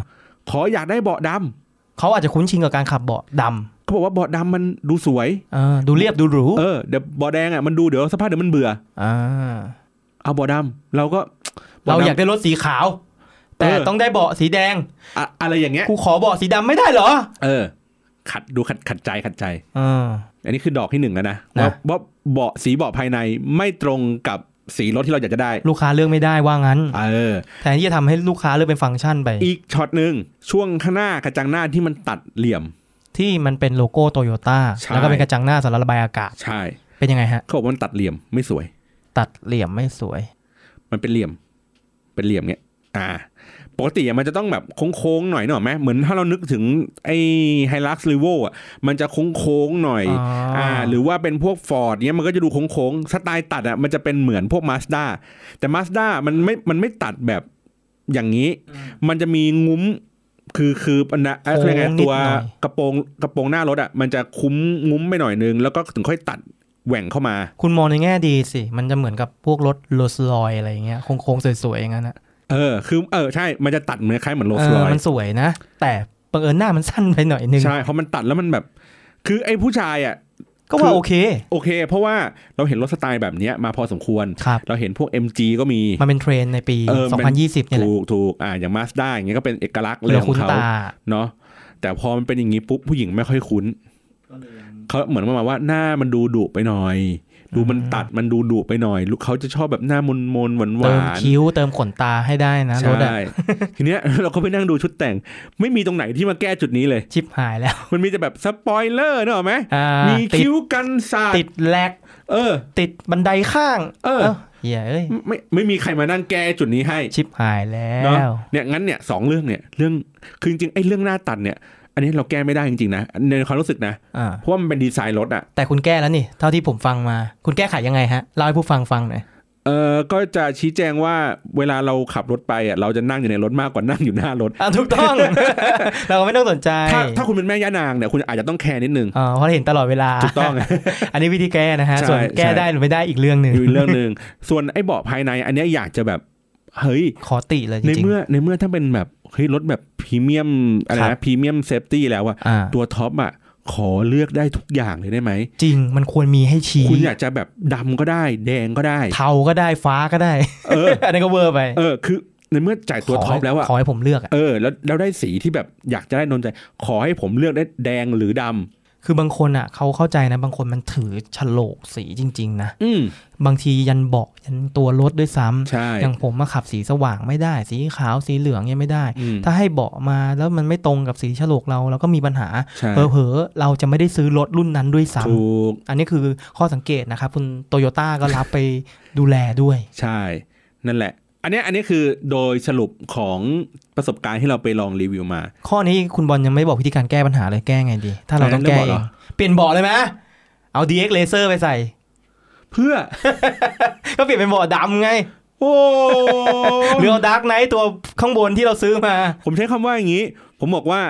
[SPEAKER 1] ขออยากได้เบาะดำ
[SPEAKER 2] เขาอาจจะคุ้นชินกับการขับเบาะด
[SPEAKER 1] เขาบอกว่าเบาะดำมันดูสวย
[SPEAKER 2] ำเออดูเรียบดูหรู
[SPEAKER 1] เออเดี๋ยวเบาะแดงอ่ะมันดูเดี๋ยวสภาพเดี๋ยวมันเบื่อ
[SPEAKER 2] อ่า
[SPEAKER 1] เอาเบาะดำเราก็
[SPEAKER 2] เรา
[SPEAKER 1] บะดำ
[SPEAKER 2] อยากได้รถสีขาว แต่
[SPEAKER 1] เออ
[SPEAKER 2] ต้องได้เบาะสีแดง
[SPEAKER 1] อะอะไรอย่างเงี้ย
[SPEAKER 2] กูขอเบาะสีดำไม่ได้เหรอ
[SPEAKER 1] เออ ขัดดูขัดขัดใจขัดใจ
[SPEAKER 2] เออ
[SPEAKER 1] อันนี้คือดอกที่หนึ่งแล้วนะ
[SPEAKER 2] นะ
[SPEAKER 1] ว่าว่าเบาะสีเบาะภายในไม่ตรงกับสีรถที่เราอยากจะได้
[SPEAKER 2] ลูกค้าเลือกไม่ได้ว่างั้น
[SPEAKER 1] เออ
[SPEAKER 2] แทนที่จะทำให้ลูกค้าเลือกเป็นฟังก์ชันไป
[SPEAKER 1] อีกช็อตหนึ่งช่วงข้างหน้ากระจังหน้าที่มันตัดเหลี่ยม
[SPEAKER 2] ที่มันเป็นโลโก้โตโยต้า
[SPEAKER 1] ใช่
[SPEAKER 2] แล้วก็เป็นกระจังหน้าสารระบายอากาศ
[SPEAKER 1] ใช่
[SPEAKER 2] เป็นยังไงฮะ
[SPEAKER 1] เขาบอกว่ามันตัดเหลี่ยมไม่สวย
[SPEAKER 2] ตัดเหลี่ยมไม่สวย
[SPEAKER 1] มันเป็นเหลี่ยม เป็นเหลี่ยมเนี้ยอ่า ปกติอะมันจะต้องแบบโค้งๆหน่อยเนกอะไหมเหมือนถ้าเรานึกถึงไอ้ไฮลักซ์ลีโวอ่ะมันจะโค้งๆหน่อย
[SPEAKER 2] อ๋ออ่
[SPEAKER 1] หรือว่าเป็นพวกฟอร์ดเนี้ยมันก็จะดูโค้งๆสไตล์ตัดอ่ะมันจะเป็นเหมือนพวกมาสด้าแต่มาสด้ามันไม่มันไม่ตัดแบบอย่างนี้ มันจะมีงุ้มคือคืออันนะเอ่อเขาเรียกไง
[SPEAKER 2] โค้งนิด
[SPEAKER 1] ตัว
[SPEAKER 2] หน่อย
[SPEAKER 1] กระโปรงกระโปรงหน้ารถอ่ะมันจะคุ้มงุ้มไปหน่อยนึงแล้วก็ถึงค่อยตัดแหว่งเข้ามา
[SPEAKER 2] คุณมองในแง่ดีสิ มันจะเหมือนกับพวกรถโรลส์รอยอะไรอย่างเงี้ย โค้งๆ สวยๆ อย่างนั้นอะ
[SPEAKER 1] เออ คือเออใช่มันจะตัดเหมือนคล้ายเหมือนโรล
[SPEAKER 2] เอ
[SPEAKER 1] ส์ร
[SPEAKER 2] อ
[SPEAKER 1] อย
[SPEAKER 2] มันสวยนะ แต่บังเอิญหน้ามันสั้นไปหน่อยนึง
[SPEAKER 1] ใช่เพราะมันตัดแล้วมันแบบ คือไอ้ผู้ชายอ่ะ
[SPEAKER 2] ก็ว่า
[SPEAKER 1] คือ
[SPEAKER 2] โอเค
[SPEAKER 1] โอเค เพราะว่าเราเห็นรถสไตล์แบบเนี้ยมาพอสมควร
[SPEAKER 2] ครับ
[SPEAKER 1] เราเห็นพวก MG ก็มี
[SPEAKER 2] มันเป็นเทรนด์ในปี
[SPEAKER 1] เออมัน
[SPEAKER 2] 2020 เนี่ยแหละ
[SPEAKER 1] ถูกถูกอ่าอย่างมาสด้าอย่างเงี้ยก็เป็นเอกลักษณ์เล
[SPEAKER 2] เรื
[SPEAKER 1] ย
[SPEAKER 2] อ
[SPEAKER 1] ขอ
[SPEAKER 2] คุ้น
[SPEAKER 1] งเขา
[SPEAKER 2] ตา
[SPEAKER 1] เนาะแต่พอมันเป็นอย่างนี้ปุ๊บผู้หญิงไม่ค่อยคุ้นเขาเหมือนประมาณว่าหน้ามันดูดุไปหน่อย ดูมันตัดมันดูดุไปหน่อยลูกเขาจะชอบแบบหน้ามนมนๆหวานห
[SPEAKER 2] เติม
[SPEAKER 1] วาน
[SPEAKER 2] คิ้วเติมขนตาให้ได้นะ
[SPEAKER 1] ๆ
[SPEAKER 2] รถอะ
[SPEAKER 1] ใช่ ทีเนี้ย เราก็ไปนั่งดูชุดแต่ง ไม่มีตรงไหนที่มาแก้จุดนี้เลย
[SPEAKER 2] ชิบหายแล้ว
[SPEAKER 1] มันมีแต่แบบสปอยเลอร์เนกอะไหม
[SPEAKER 2] อ่า
[SPEAKER 1] มี
[SPEAKER 2] ติด
[SPEAKER 1] คิ้วกันสาด
[SPEAKER 2] ติดแลก
[SPEAKER 1] เออ
[SPEAKER 2] ติดบันไดข้าง
[SPEAKER 1] เออ
[SPEAKER 2] าเหี้ยเอ้ย
[SPEAKER 1] ไม่ไม่ไม่มีใครมานั่งแก้จุดนี้ให้
[SPEAKER 2] ชิบหายแล้
[SPEAKER 1] เนาะ
[SPEAKER 2] ว
[SPEAKER 1] เนี่ยงั้นเนี่ยสองเรื่องเนี่ยเรื่องคือจริงๆไอ้เรื่องหน้าตัดเนี่ย อันนี้เราแก้ไม่ได้จริงๆนะในความรู้สึกนะ
[SPEAKER 2] อ่า
[SPEAKER 1] เพราะว่ามันเป็นดีไซน์รถอะ
[SPEAKER 2] แต่คุณแก้แล้วนี่ เท่าที่ผมฟังมา คุณแก้ไขยังไงฮะ เล่าให้ผู้ฟังฟังหน่อย
[SPEAKER 1] เออก็จะชี้แจงว่าเวลาเราขับรถไปอะเราจะนั่งอยู่ในรถมากกว่านั่งอยู่หน้ารถ
[SPEAKER 2] อ่ะถูกต้อง เราไม่ต้องสนใจ
[SPEAKER 1] ถ้าถ้าคุณเป็นแม่ย่านางเนี่ยคุณอาจจะต้องแคร์นิดนึง
[SPEAKER 2] อ๋อเพราะเห็นตลอดเวลา
[SPEAKER 1] ถูกต้อง
[SPEAKER 2] อันนี้วิธีแก้นะฮะ
[SPEAKER 1] ใช่
[SPEAKER 2] ส่วนแก้
[SPEAKER 1] ใช่
[SPEAKER 2] ได้หรือไม่ได้อีกเรื่องหนึ่ง
[SPEAKER 1] อยู่อีกเรื่องหนึ่งส่วนไอ้เบาะภายใน อันเนี้ยอยากจะแบบเฮ้ย
[SPEAKER 2] ขอติเลยจ
[SPEAKER 1] ใน
[SPEAKER 2] ริง
[SPEAKER 1] เมื่อในเมื่อถ้าเป็นแบบเฮ้ยรถแบบพรีเมียมอะไร
[SPEAKER 2] ครั
[SPEAKER 1] นะ
[SPEAKER 2] บ
[SPEAKER 1] พรีเมียมเซฟตี้แล้วอะ
[SPEAKER 2] ๆอ่า
[SPEAKER 1] ตัวท็อปอะขอเลือกได้ทุกอย่างเลยได้ไหม
[SPEAKER 2] จริงมันควรมีให้ชี้
[SPEAKER 1] คุณอยากจะแบบดำก็ได้ แดงก็ได้
[SPEAKER 2] เทาก็ได้ฟ้าก็ได้
[SPEAKER 1] เออ
[SPEAKER 2] อันนี้นก็เวอร์ไป
[SPEAKER 1] เออ คือในเมื่อจ่ายตัว
[SPEAKER 2] ข
[SPEAKER 1] ท็อปแล้วอะ
[SPEAKER 2] ขอให้ผมเลือกอะ
[SPEAKER 1] เออ แล้วแล้วได้สีที่แบบอยากจะได้นนใจ ขอให้ผมเลือกได้แดงหรือดำ
[SPEAKER 2] คือบางคนอ่ะเขาเข้าใจนะ บางคนมันถือฉโลกสีจริง ๆ นะ
[SPEAKER 1] อืม
[SPEAKER 2] บางทียันเบาะยันตัวรถด้วยซ้ำ
[SPEAKER 1] ใช่
[SPEAKER 2] อย่างผมมาขับสีสว่างไม่ได้ สีขาวสีเหลืองยังไม่ได้
[SPEAKER 1] อืม
[SPEAKER 2] ถ้าให้เบาะมาแล้วมันไม่ตรงกับสีฉโลกเราเราก็มีปัญหา
[SPEAKER 1] ใช่
[SPEAKER 2] เผลอๆเราจะไม่ได้ซื้อรถรุ่นนั้นด้วย
[SPEAKER 1] ถ
[SPEAKER 2] ซ้ำ
[SPEAKER 1] ูก
[SPEAKER 2] อันนี้คือข้อสังเกตนะครับ คุณโตโยต้าก็รับไปดูแลด้วย
[SPEAKER 1] ใช่ นั่นแหละ อันเนี้ยอันนี้คือโดยสรุปของประสบการณ์ที่เราไปลองรีวิวมา
[SPEAKER 2] ข้อนี้คุณบอลยังไม่บอกวิธีการแก้ปัญหาเลยแก้ไงดี ถ้าเราต้อง
[SPEAKER 1] เรื่อง
[SPEAKER 2] แก้
[SPEAKER 1] เบาะ
[SPEAKER 2] เอ
[SPEAKER 1] เหรอ
[SPEAKER 2] งเปลี่ยนเบาะเลยไหมเอา DX เลเซอร์ไปใส่
[SPEAKER 1] เพื่อ
[SPEAKER 2] ก็เปลี่ยนเป็นเบาะดำไง
[SPEAKER 1] โอ้
[SPEAKER 2] หรือเอาดาร์กไนท์ตัวข้างบนที่เราซื้อมา
[SPEAKER 1] ผมใช้คำว่าอย่างนี้ ผมบอกว่า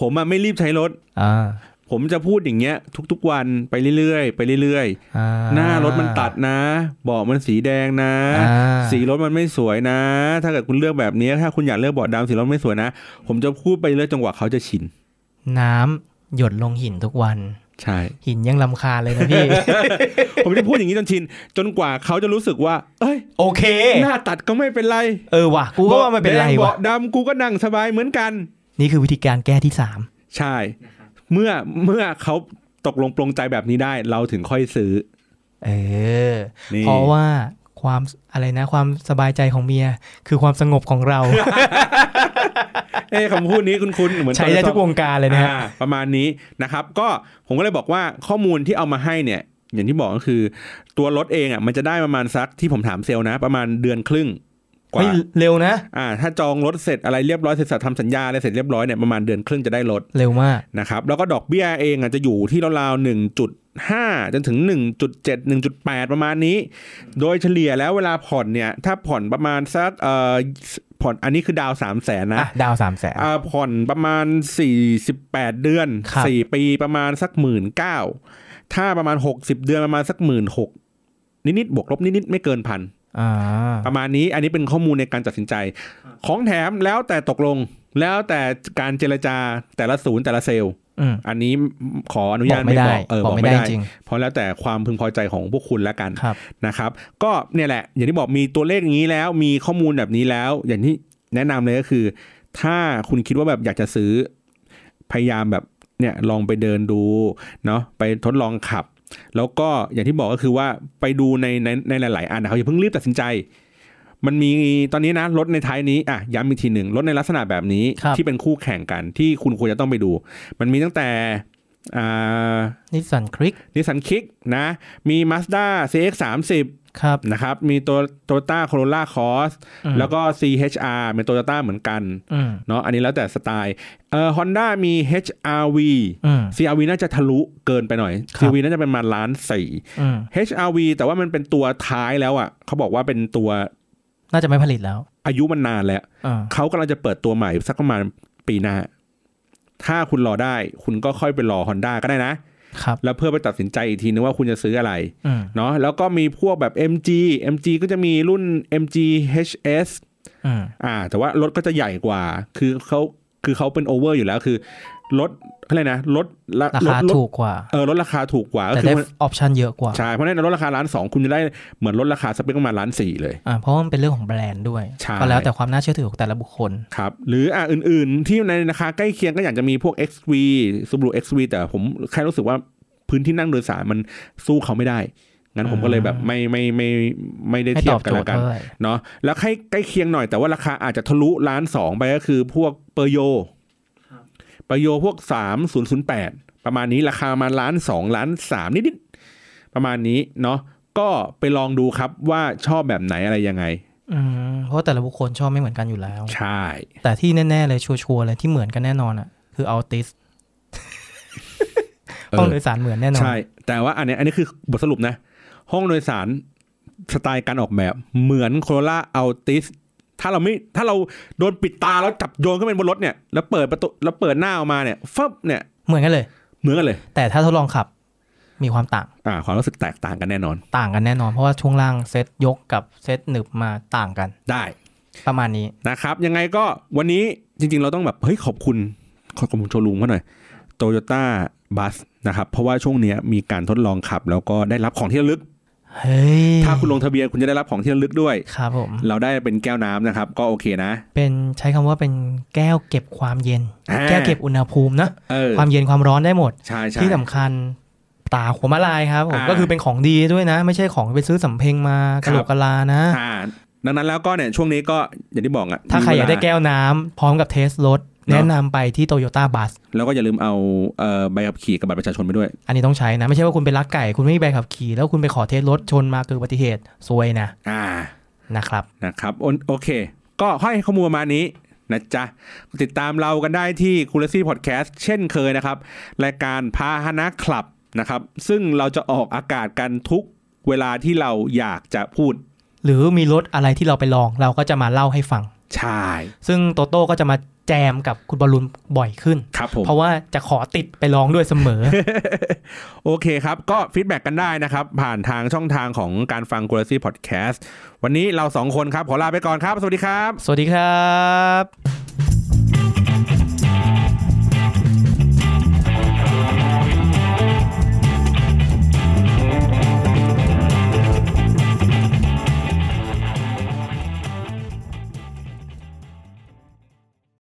[SPEAKER 1] ผมอะไม่รีบใช้รถ
[SPEAKER 2] อ่า
[SPEAKER 1] ผมจะพูดอย่างเงี้ย ทุกๆวันไปเรื่อยๆไปเรื่อยๆ
[SPEAKER 2] อ่า
[SPEAKER 1] หน้ารถมันตัดนะเบาะมันสีแดงนะ
[SPEAKER 2] อ่า
[SPEAKER 1] สีรถมันไม่สวยนะ ถ้าเกิดคุณเลือกแบบนี้ ถ้าคุณอยากเลือกเบาะดำสีรถไม่สวยนะ ผมจะพูดไปเรื่อยจนกว่าเขาจะชิน
[SPEAKER 2] น้ำ หยดลงหินทุกวัน
[SPEAKER 1] ใช่
[SPEAKER 2] หินยังลำคาญเลยนะพี่
[SPEAKER 1] ผมจะพูดอย่างนี้จนชิน จนกว่าเขาจะรู้สึกว่า เอ้ย
[SPEAKER 2] โอเค
[SPEAKER 1] หน้าตัดก็ไม่เป็นไร
[SPEAKER 2] เออว่ะ กูก็ว่ามันเป็นไร
[SPEAKER 1] แดง
[SPEAKER 2] ว่ะ
[SPEAKER 1] เบาะดำกูก็นั่งสบายเหมือนกัน
[SPEAKER 2] นี่คือวิธีการแก้ที่สาม
[SPEAKER 1] ใช่ เมื่อเมื่อเขาตกลงปรงใจแบบนี้ได้ เราถึงค่อยซื้อ
[SPEAKER 2] เออ
[SPEAKER 1] นี่
[SPEAKER 2] เพราะว่าความอะไรนะ ความสบายใจของเมีย คือความสงบของ เรา
[SPEAKER 1] เอ้ยคำพูดนี้คุ้นๆเหมือน
[SPEAKER 2] ใช้ได้ทุกวงการเล
[SPEAKER 1] เลย ย
[SPEAKER 2] นะ
[SPEAKER 1] นะ
[SPEAKER 2] ฮะ
[SPEAKER 1] ประมาณนี้นะครับ ก็ผมก็เลยบอกว่าข้อมูลที่เอามาให้เนี่ย อย่างที่บอกก็คือ ตัวรถเองอ่ะมันจะได้ประมาณสักที่ผมถามเซลล์นะ ประมาณเดือนครึ่งกว่า
[SPEAKER 2] เฮ้ยเร็วนะ
[SPEAKER 1] อ่า ถ้าจองรถเสร็จอะไรเรียบร้อยเสร็จสับทำสัญญาอะไรเสร็จเรียบร้อยเนี่ยประมาณเดือนครึ่งจะได้รถ
[SPEAKER 2] เร็วมาก
[SPEAKER 1] นะครับ แล้วก็ดอกเบี้ยเองอ่ะจะอยู่ที่ราวๆหนึ่งจุดห้าจนถึง 1.7 1.8 ประมาณนี้ โดยเฉลี่ยแล้วเวลาผ่อนเนี่ย ถ้าผ่อนประมาณสักเอ่อผ่อนอันนี้คือดาวสามแสนนะ
[SPEAKER 2] อ่ะ ดาวสามแสน
[SPEAKER 1] อ่าผ่อนประมาณ 48 เดือน
[SPEAKER 2] ครับ
[SPEAKER 1] 4 ปีประมาณสักหมื่นเก้าถ้าประมาณ 60 เดือนประมาณสักหมื่นหกนิดๆบวกลบนิดๆไม่เกินพัน
[SPEAKER 2] อ่า
[SPEAKER 1] ประมาณนี้อันนี้เป็นข้อมูลในการตัดสินใจ ของแถมแล้วแต่ตกลงแล้วแต่การเจรจาแต่ละศูนย์แต่ละเซลล์
[SPEAKER 2] อืม
[SPEAKER 1] อันนี้ขออนุญาต
[SPEAKER 2] บอกไม่
[SPEAKER 1] ไม่บ
[SPEAKER 2] ได้
[SPEAKER 1] อกเออ
[SPEAKER 2] บบ อ
[SPEAKER 1] อก ก
[SPEAKER 2] ไม่
[SPEAKER 1] ไม่
[SPEAKER 2] ได้
[SPEAKER 1] ได้
[SPEAKER 2] จริง
[SPEAKER 1] เพราะแล้วแต่ความพึงพอใจของพวกคุณแล้วกัน
[SPEAKER 2] ครับ
[SPEAKER 1] นะครับก็เนี่ยแหละ อย่างที่บอกมีตัวเลขอย่างนี้แล้วมีข้อมูลแบบนี้แล้ว อย่างที่แนะนำเลยก็คือ ถ้าคุณคิดว่าแบบอยากจะซื้อ พยายามแบบเนี่ยลองไปเดินดูเนาะไปทดลองขับ แล้วก็อย่างที่บอกก็คือว่าไปดูในในในหลาย ๆ อันนะครับอย่าเพิ่งรีบตัดสินใจ มันมีตอนนี้นะรถในท้ายนี้อ่ะย้ำอีกทีหนึ่งรถในลักษณะแบบนี้
[SPEAKER 2] ครับ
[SPEAKER 1] ที่เป็นคู่แข่งกันที่คุณควรจะต้องไปดู มันมีตั้งแต่อ่า
[SPEAKER 2] นิสสันคลิก
[SPEAKER 1] นิสันคิกนะมี Mazda CX30
[SPEAKER 2] ครับ
[SPEAKER 1] นะครับมีตัวโตโยต้าโคโรล่าคอส
[SPEAKER 2] อืม
[SPEAKER 1] แล้วก็ CHR เป็นโตโยต้าเหมือนกัน
[SPEAKER 2] อืม
[SPEAKER 1] เนาะอันนี้แล้วแต่สไตล์เอ่อฮอนด้ามี HRV
[SPEAKER 2] อืม
[SPEAKER 1] CRV น่าจะทะลุเกินไปหน่อย
[SPEAKER 2] ครับ
[SPEAKER 1] CRV น่าจะเป็นประมาณล้านสี่
[SPEAKER 2] อืม
[SPEAKER 1] HRV แต่ว่ามันเป็นตัวท้ายแล้วอะ่ะเขาบอกว่าเป็นตัว
[SPEAKER 2] น่าจะไม่ผลิตแล้ว
[SPEAKER 1] อายุมันนานแล้ว
[SPEAKER 2] อ่า
[SPEAKER 1] เขากำลังจะเปิดตัวใหม่สักประมาณปีหน้า ถ้าคุณรอได้คุณก็ค่อยไปรอ Honda ก็ได้นะ
[SPEAKER 2] ครับ
[SPEAKER 1] แล้วเพื่อไปตัดสินใจอีกทีนึงว่าคุณจะซื้ออะไร
[SPEAKER 2] อืม
[SPEAKER 1] เนาะแล้วก็มีพวกแบบ MG MG ก็จะมีรุ่น MG HS
[SPEAKER 2] อืม
[SPEAKER 1] อ่า แต่ว่ารถก็จะใหญ่กว่า คือเขาคือเขาเป็นโอเวอร์อยู่แล้วคือรถอะไรนะรถละ
[SPEAKER 2] ราคาร
[SPEAKER 1] ถ
[SPEAKER 2] ถูกกว่า
[SPEAKER 1] เออรถราคาถูกกว่าก็
[SPEAKER 2] แต่
[SPEAKER 1] คื
[SPEAKER 2] ได้
[SPEAKER 1] อมัน
[SPEAKER 2] ออปชันเยอะกว่า
[SPEAKER 1] ใช่เพราะฉะนั้นรถราคาล้านสองคุณจะได้เหมือนรถราคาสเปคประมาณล้านสี่เลย
[SPEAKER 2] อ่าเพราะว่ามันเป็นเรื่องของแบรนด์ด้วย
[SPEAKER 1] ใช่
[SPEAKER 2] ก็แล้วแต่ความน่าเชื่อถือของแต่ละบุคคล
[SPEAKER 1] ครับ หรืออ่าอื่นๆ ที่ในราคาใกล้เคียงก็อย่างจะมีพวก XV Subaru XV แต่ผมแค่รู้สึกว่าพื้นที่นั่งโดยสารมันสู้เขาไม่ได้ งั้นผมก็เลยแบบไม่ไม่ไม่ไม่ได้
[SPEAKER 2] ไม่
[SPEAKER 1] เที
[SPEAKER 2] ต
[SPEAKER 1] ย
[SPEAKER 2] อ
[SPEAKER 1] บบ กัน
[SPEAKER 2] โจท
[SPEAKER 1] ละ
[SPEAKER 2] ย์
[SPEAKER 1] กัน
[SPEAKER 2] เท่าไหร่
[SPEAKER 1] เนาะแล้วใกล้ใกล้เคียงหน่อยแต่ว่าราคาอาจจะทะลุล้านสองไปก็คือพวกเปอร์โยเปอร์โยพวกสามศูนย์ศูนย์แปดประมาณนี้ราคามาล้านสองล้านสามนิดๆประมาณนี้เนาะก็ไปลองดูครับว่าชอบแบบไหนอะไรยังไง
[SPEAKER 2] อืมเพราะแต่ละบุคคลชอบไม่เหมือนกันอยู่แล้ว
[SPEAKER 1] ใช่
[SPEAKER 2] แต่ที่แน่ ๆ เลยชัวร์ๆเลยที่เหมือนกันแน่นอนอ่ะ คือเอาติสห้องโดยสารเหมือนแน่นอน
[SPEAKER 1] ใช่ แต่ว่าอันเนี้ยอันนี้คือบทสรุปนะ ห้องโดยสารสไตล์การออกแบบเหมือนโคโรล่าอัลติสถ้าเราไม่ถ้าเราโดนปิดตาแล้วจับโยนขึ้นไปบนรถเนี่ยแล้วเปิดประตูแล้วเปิดหน้าออกมาเนี่ยฟับเนี่ย
[SPEAKER 2] เหมือนกันเลย
[SPEAKER 1] เหมือนกันเลย
[SPEAKER 2] แต่ถ้าทดลองขับ มีความต่าง
[SPEAKER 1] อ่าความรู้สึกแตกต่างกันแน่นอน
[SPEAKER 2] ต่างกันแน่นอน เพราะว่าช่วงล่างเซตยกกับเซตหนึบมาต่างกัน
[SPEAKER 1] ได้
[SPEAKER 2] ประมาณนี้
[SPEAKER 1] นะครับ ยังไงก็วันนี้จริงๆ เราต้องแบบ เฮ้ย ขอบคุณ ขอบคุณโชว์รูมเขาหน่อยโตโยต้าบัสนะครับ เพราะว่าช่วงเนี้ยมีการทดลองขับ แล้วก็ได้รับของที่ระลึก
[SPEAKER 2] เฮ้ย
[SPEAKER 1] ถ้าคุณลงทะเบียนคุณจะได้รับของที่ระลึกด้วย
[SPEAKER 2] ครับผม
[SPEAKER 1] เราได้เป็นแก้วน้ำนะครับ ก็โอเคนะ
[SPEAKER 2] เป็นใช้คำว่าเป็นแก้วเก็บความเย็น
[SPEAKER 1] อ่า
[SPEAKER 2] แก้วเก็บอุณหภูมินะ
[SPEAKER 1] เออ
[SPEAKER 2] ความเย็นความร้อนได้หมด
[SPEAKER 1] ใช่ใช่
[SPEAKER 2] ที่สำคัญตาหัวมะลายครับผม
[SPEAKER 1] อ่า
[SPEAKER 2] ก็คือเป็นของดีด้วยนะ ไม่ใช่ของไปซื้อสำเพ็งมา
[SPEAKER 1] ค
[SPEAKER 2] ก
[SPEAKER 1] รับ
[SPEAKER 2] ระโหลกกะลานะ
[SPEAKER 1] อ่าดังนั้นแล้วก็เนี่ยช่วงนี้ก็อย่างที่บอกอะ
[SPEAKER 2] ถ้าใครอยากได้แก้วน้ำพร้อมกับเทสรถ แนะนำไปที่โตโยต้าบัส
[SPEAKER 1] แล้วก็อย่าลืมเอาเอ่อใบขับขี่กับบัตรประชาชนไปด้วย
[SPEAKER 2] อันนี้ต้องใช้นะ ไม่ใช่ว่าคุณไปลักไก่คุณไม่มีใบขับขี่แล้วคุณไปขอเทสรถชนมาเกิดอุบัติเหตุซวยนะ
[SPEAKER 1] อ่า
[SPEAKER 2] นะครับ
[SPEAKER 1] นะครับโอโอเค ก็ให้ข้อมูลประมาณนี้นะจ๊ะ ติดตามเรากันได้ที่ c u r a c y Podcast เช่นเคยนะครับ รายการพาหนะคลับนะครับ ซึ่งเราจะออกอากาศกันทุกเวลาที่เราอยากจะพูด
[SPEAKER 2] หรือมีรถอะไรที่เราไปลองเราก็จะมาเล่าให้ฟัง
[SPEAKER 1] ใช่
[SPEAKER 2] ซึ่งโตโต้ก็จะมาแจมกับคุณบอลลูนบ่อยขึ้น
[SPEAKER 1] ครับผม
[SPEAKER 2] เพราะว่าจะขอติดไปลองด้วยเส มอ
[SPEAKER 1] โอเคครับ ก็ฟีดแบ็กกันได้นะครับ ผ่านทางช่องทางของการฟัง c u r a c y Podcast วันนี้เราสองคนครับ ขอลาไปก่อนครับ สวัสดีครับ
[SPEAKER 2] สวัสดีครับ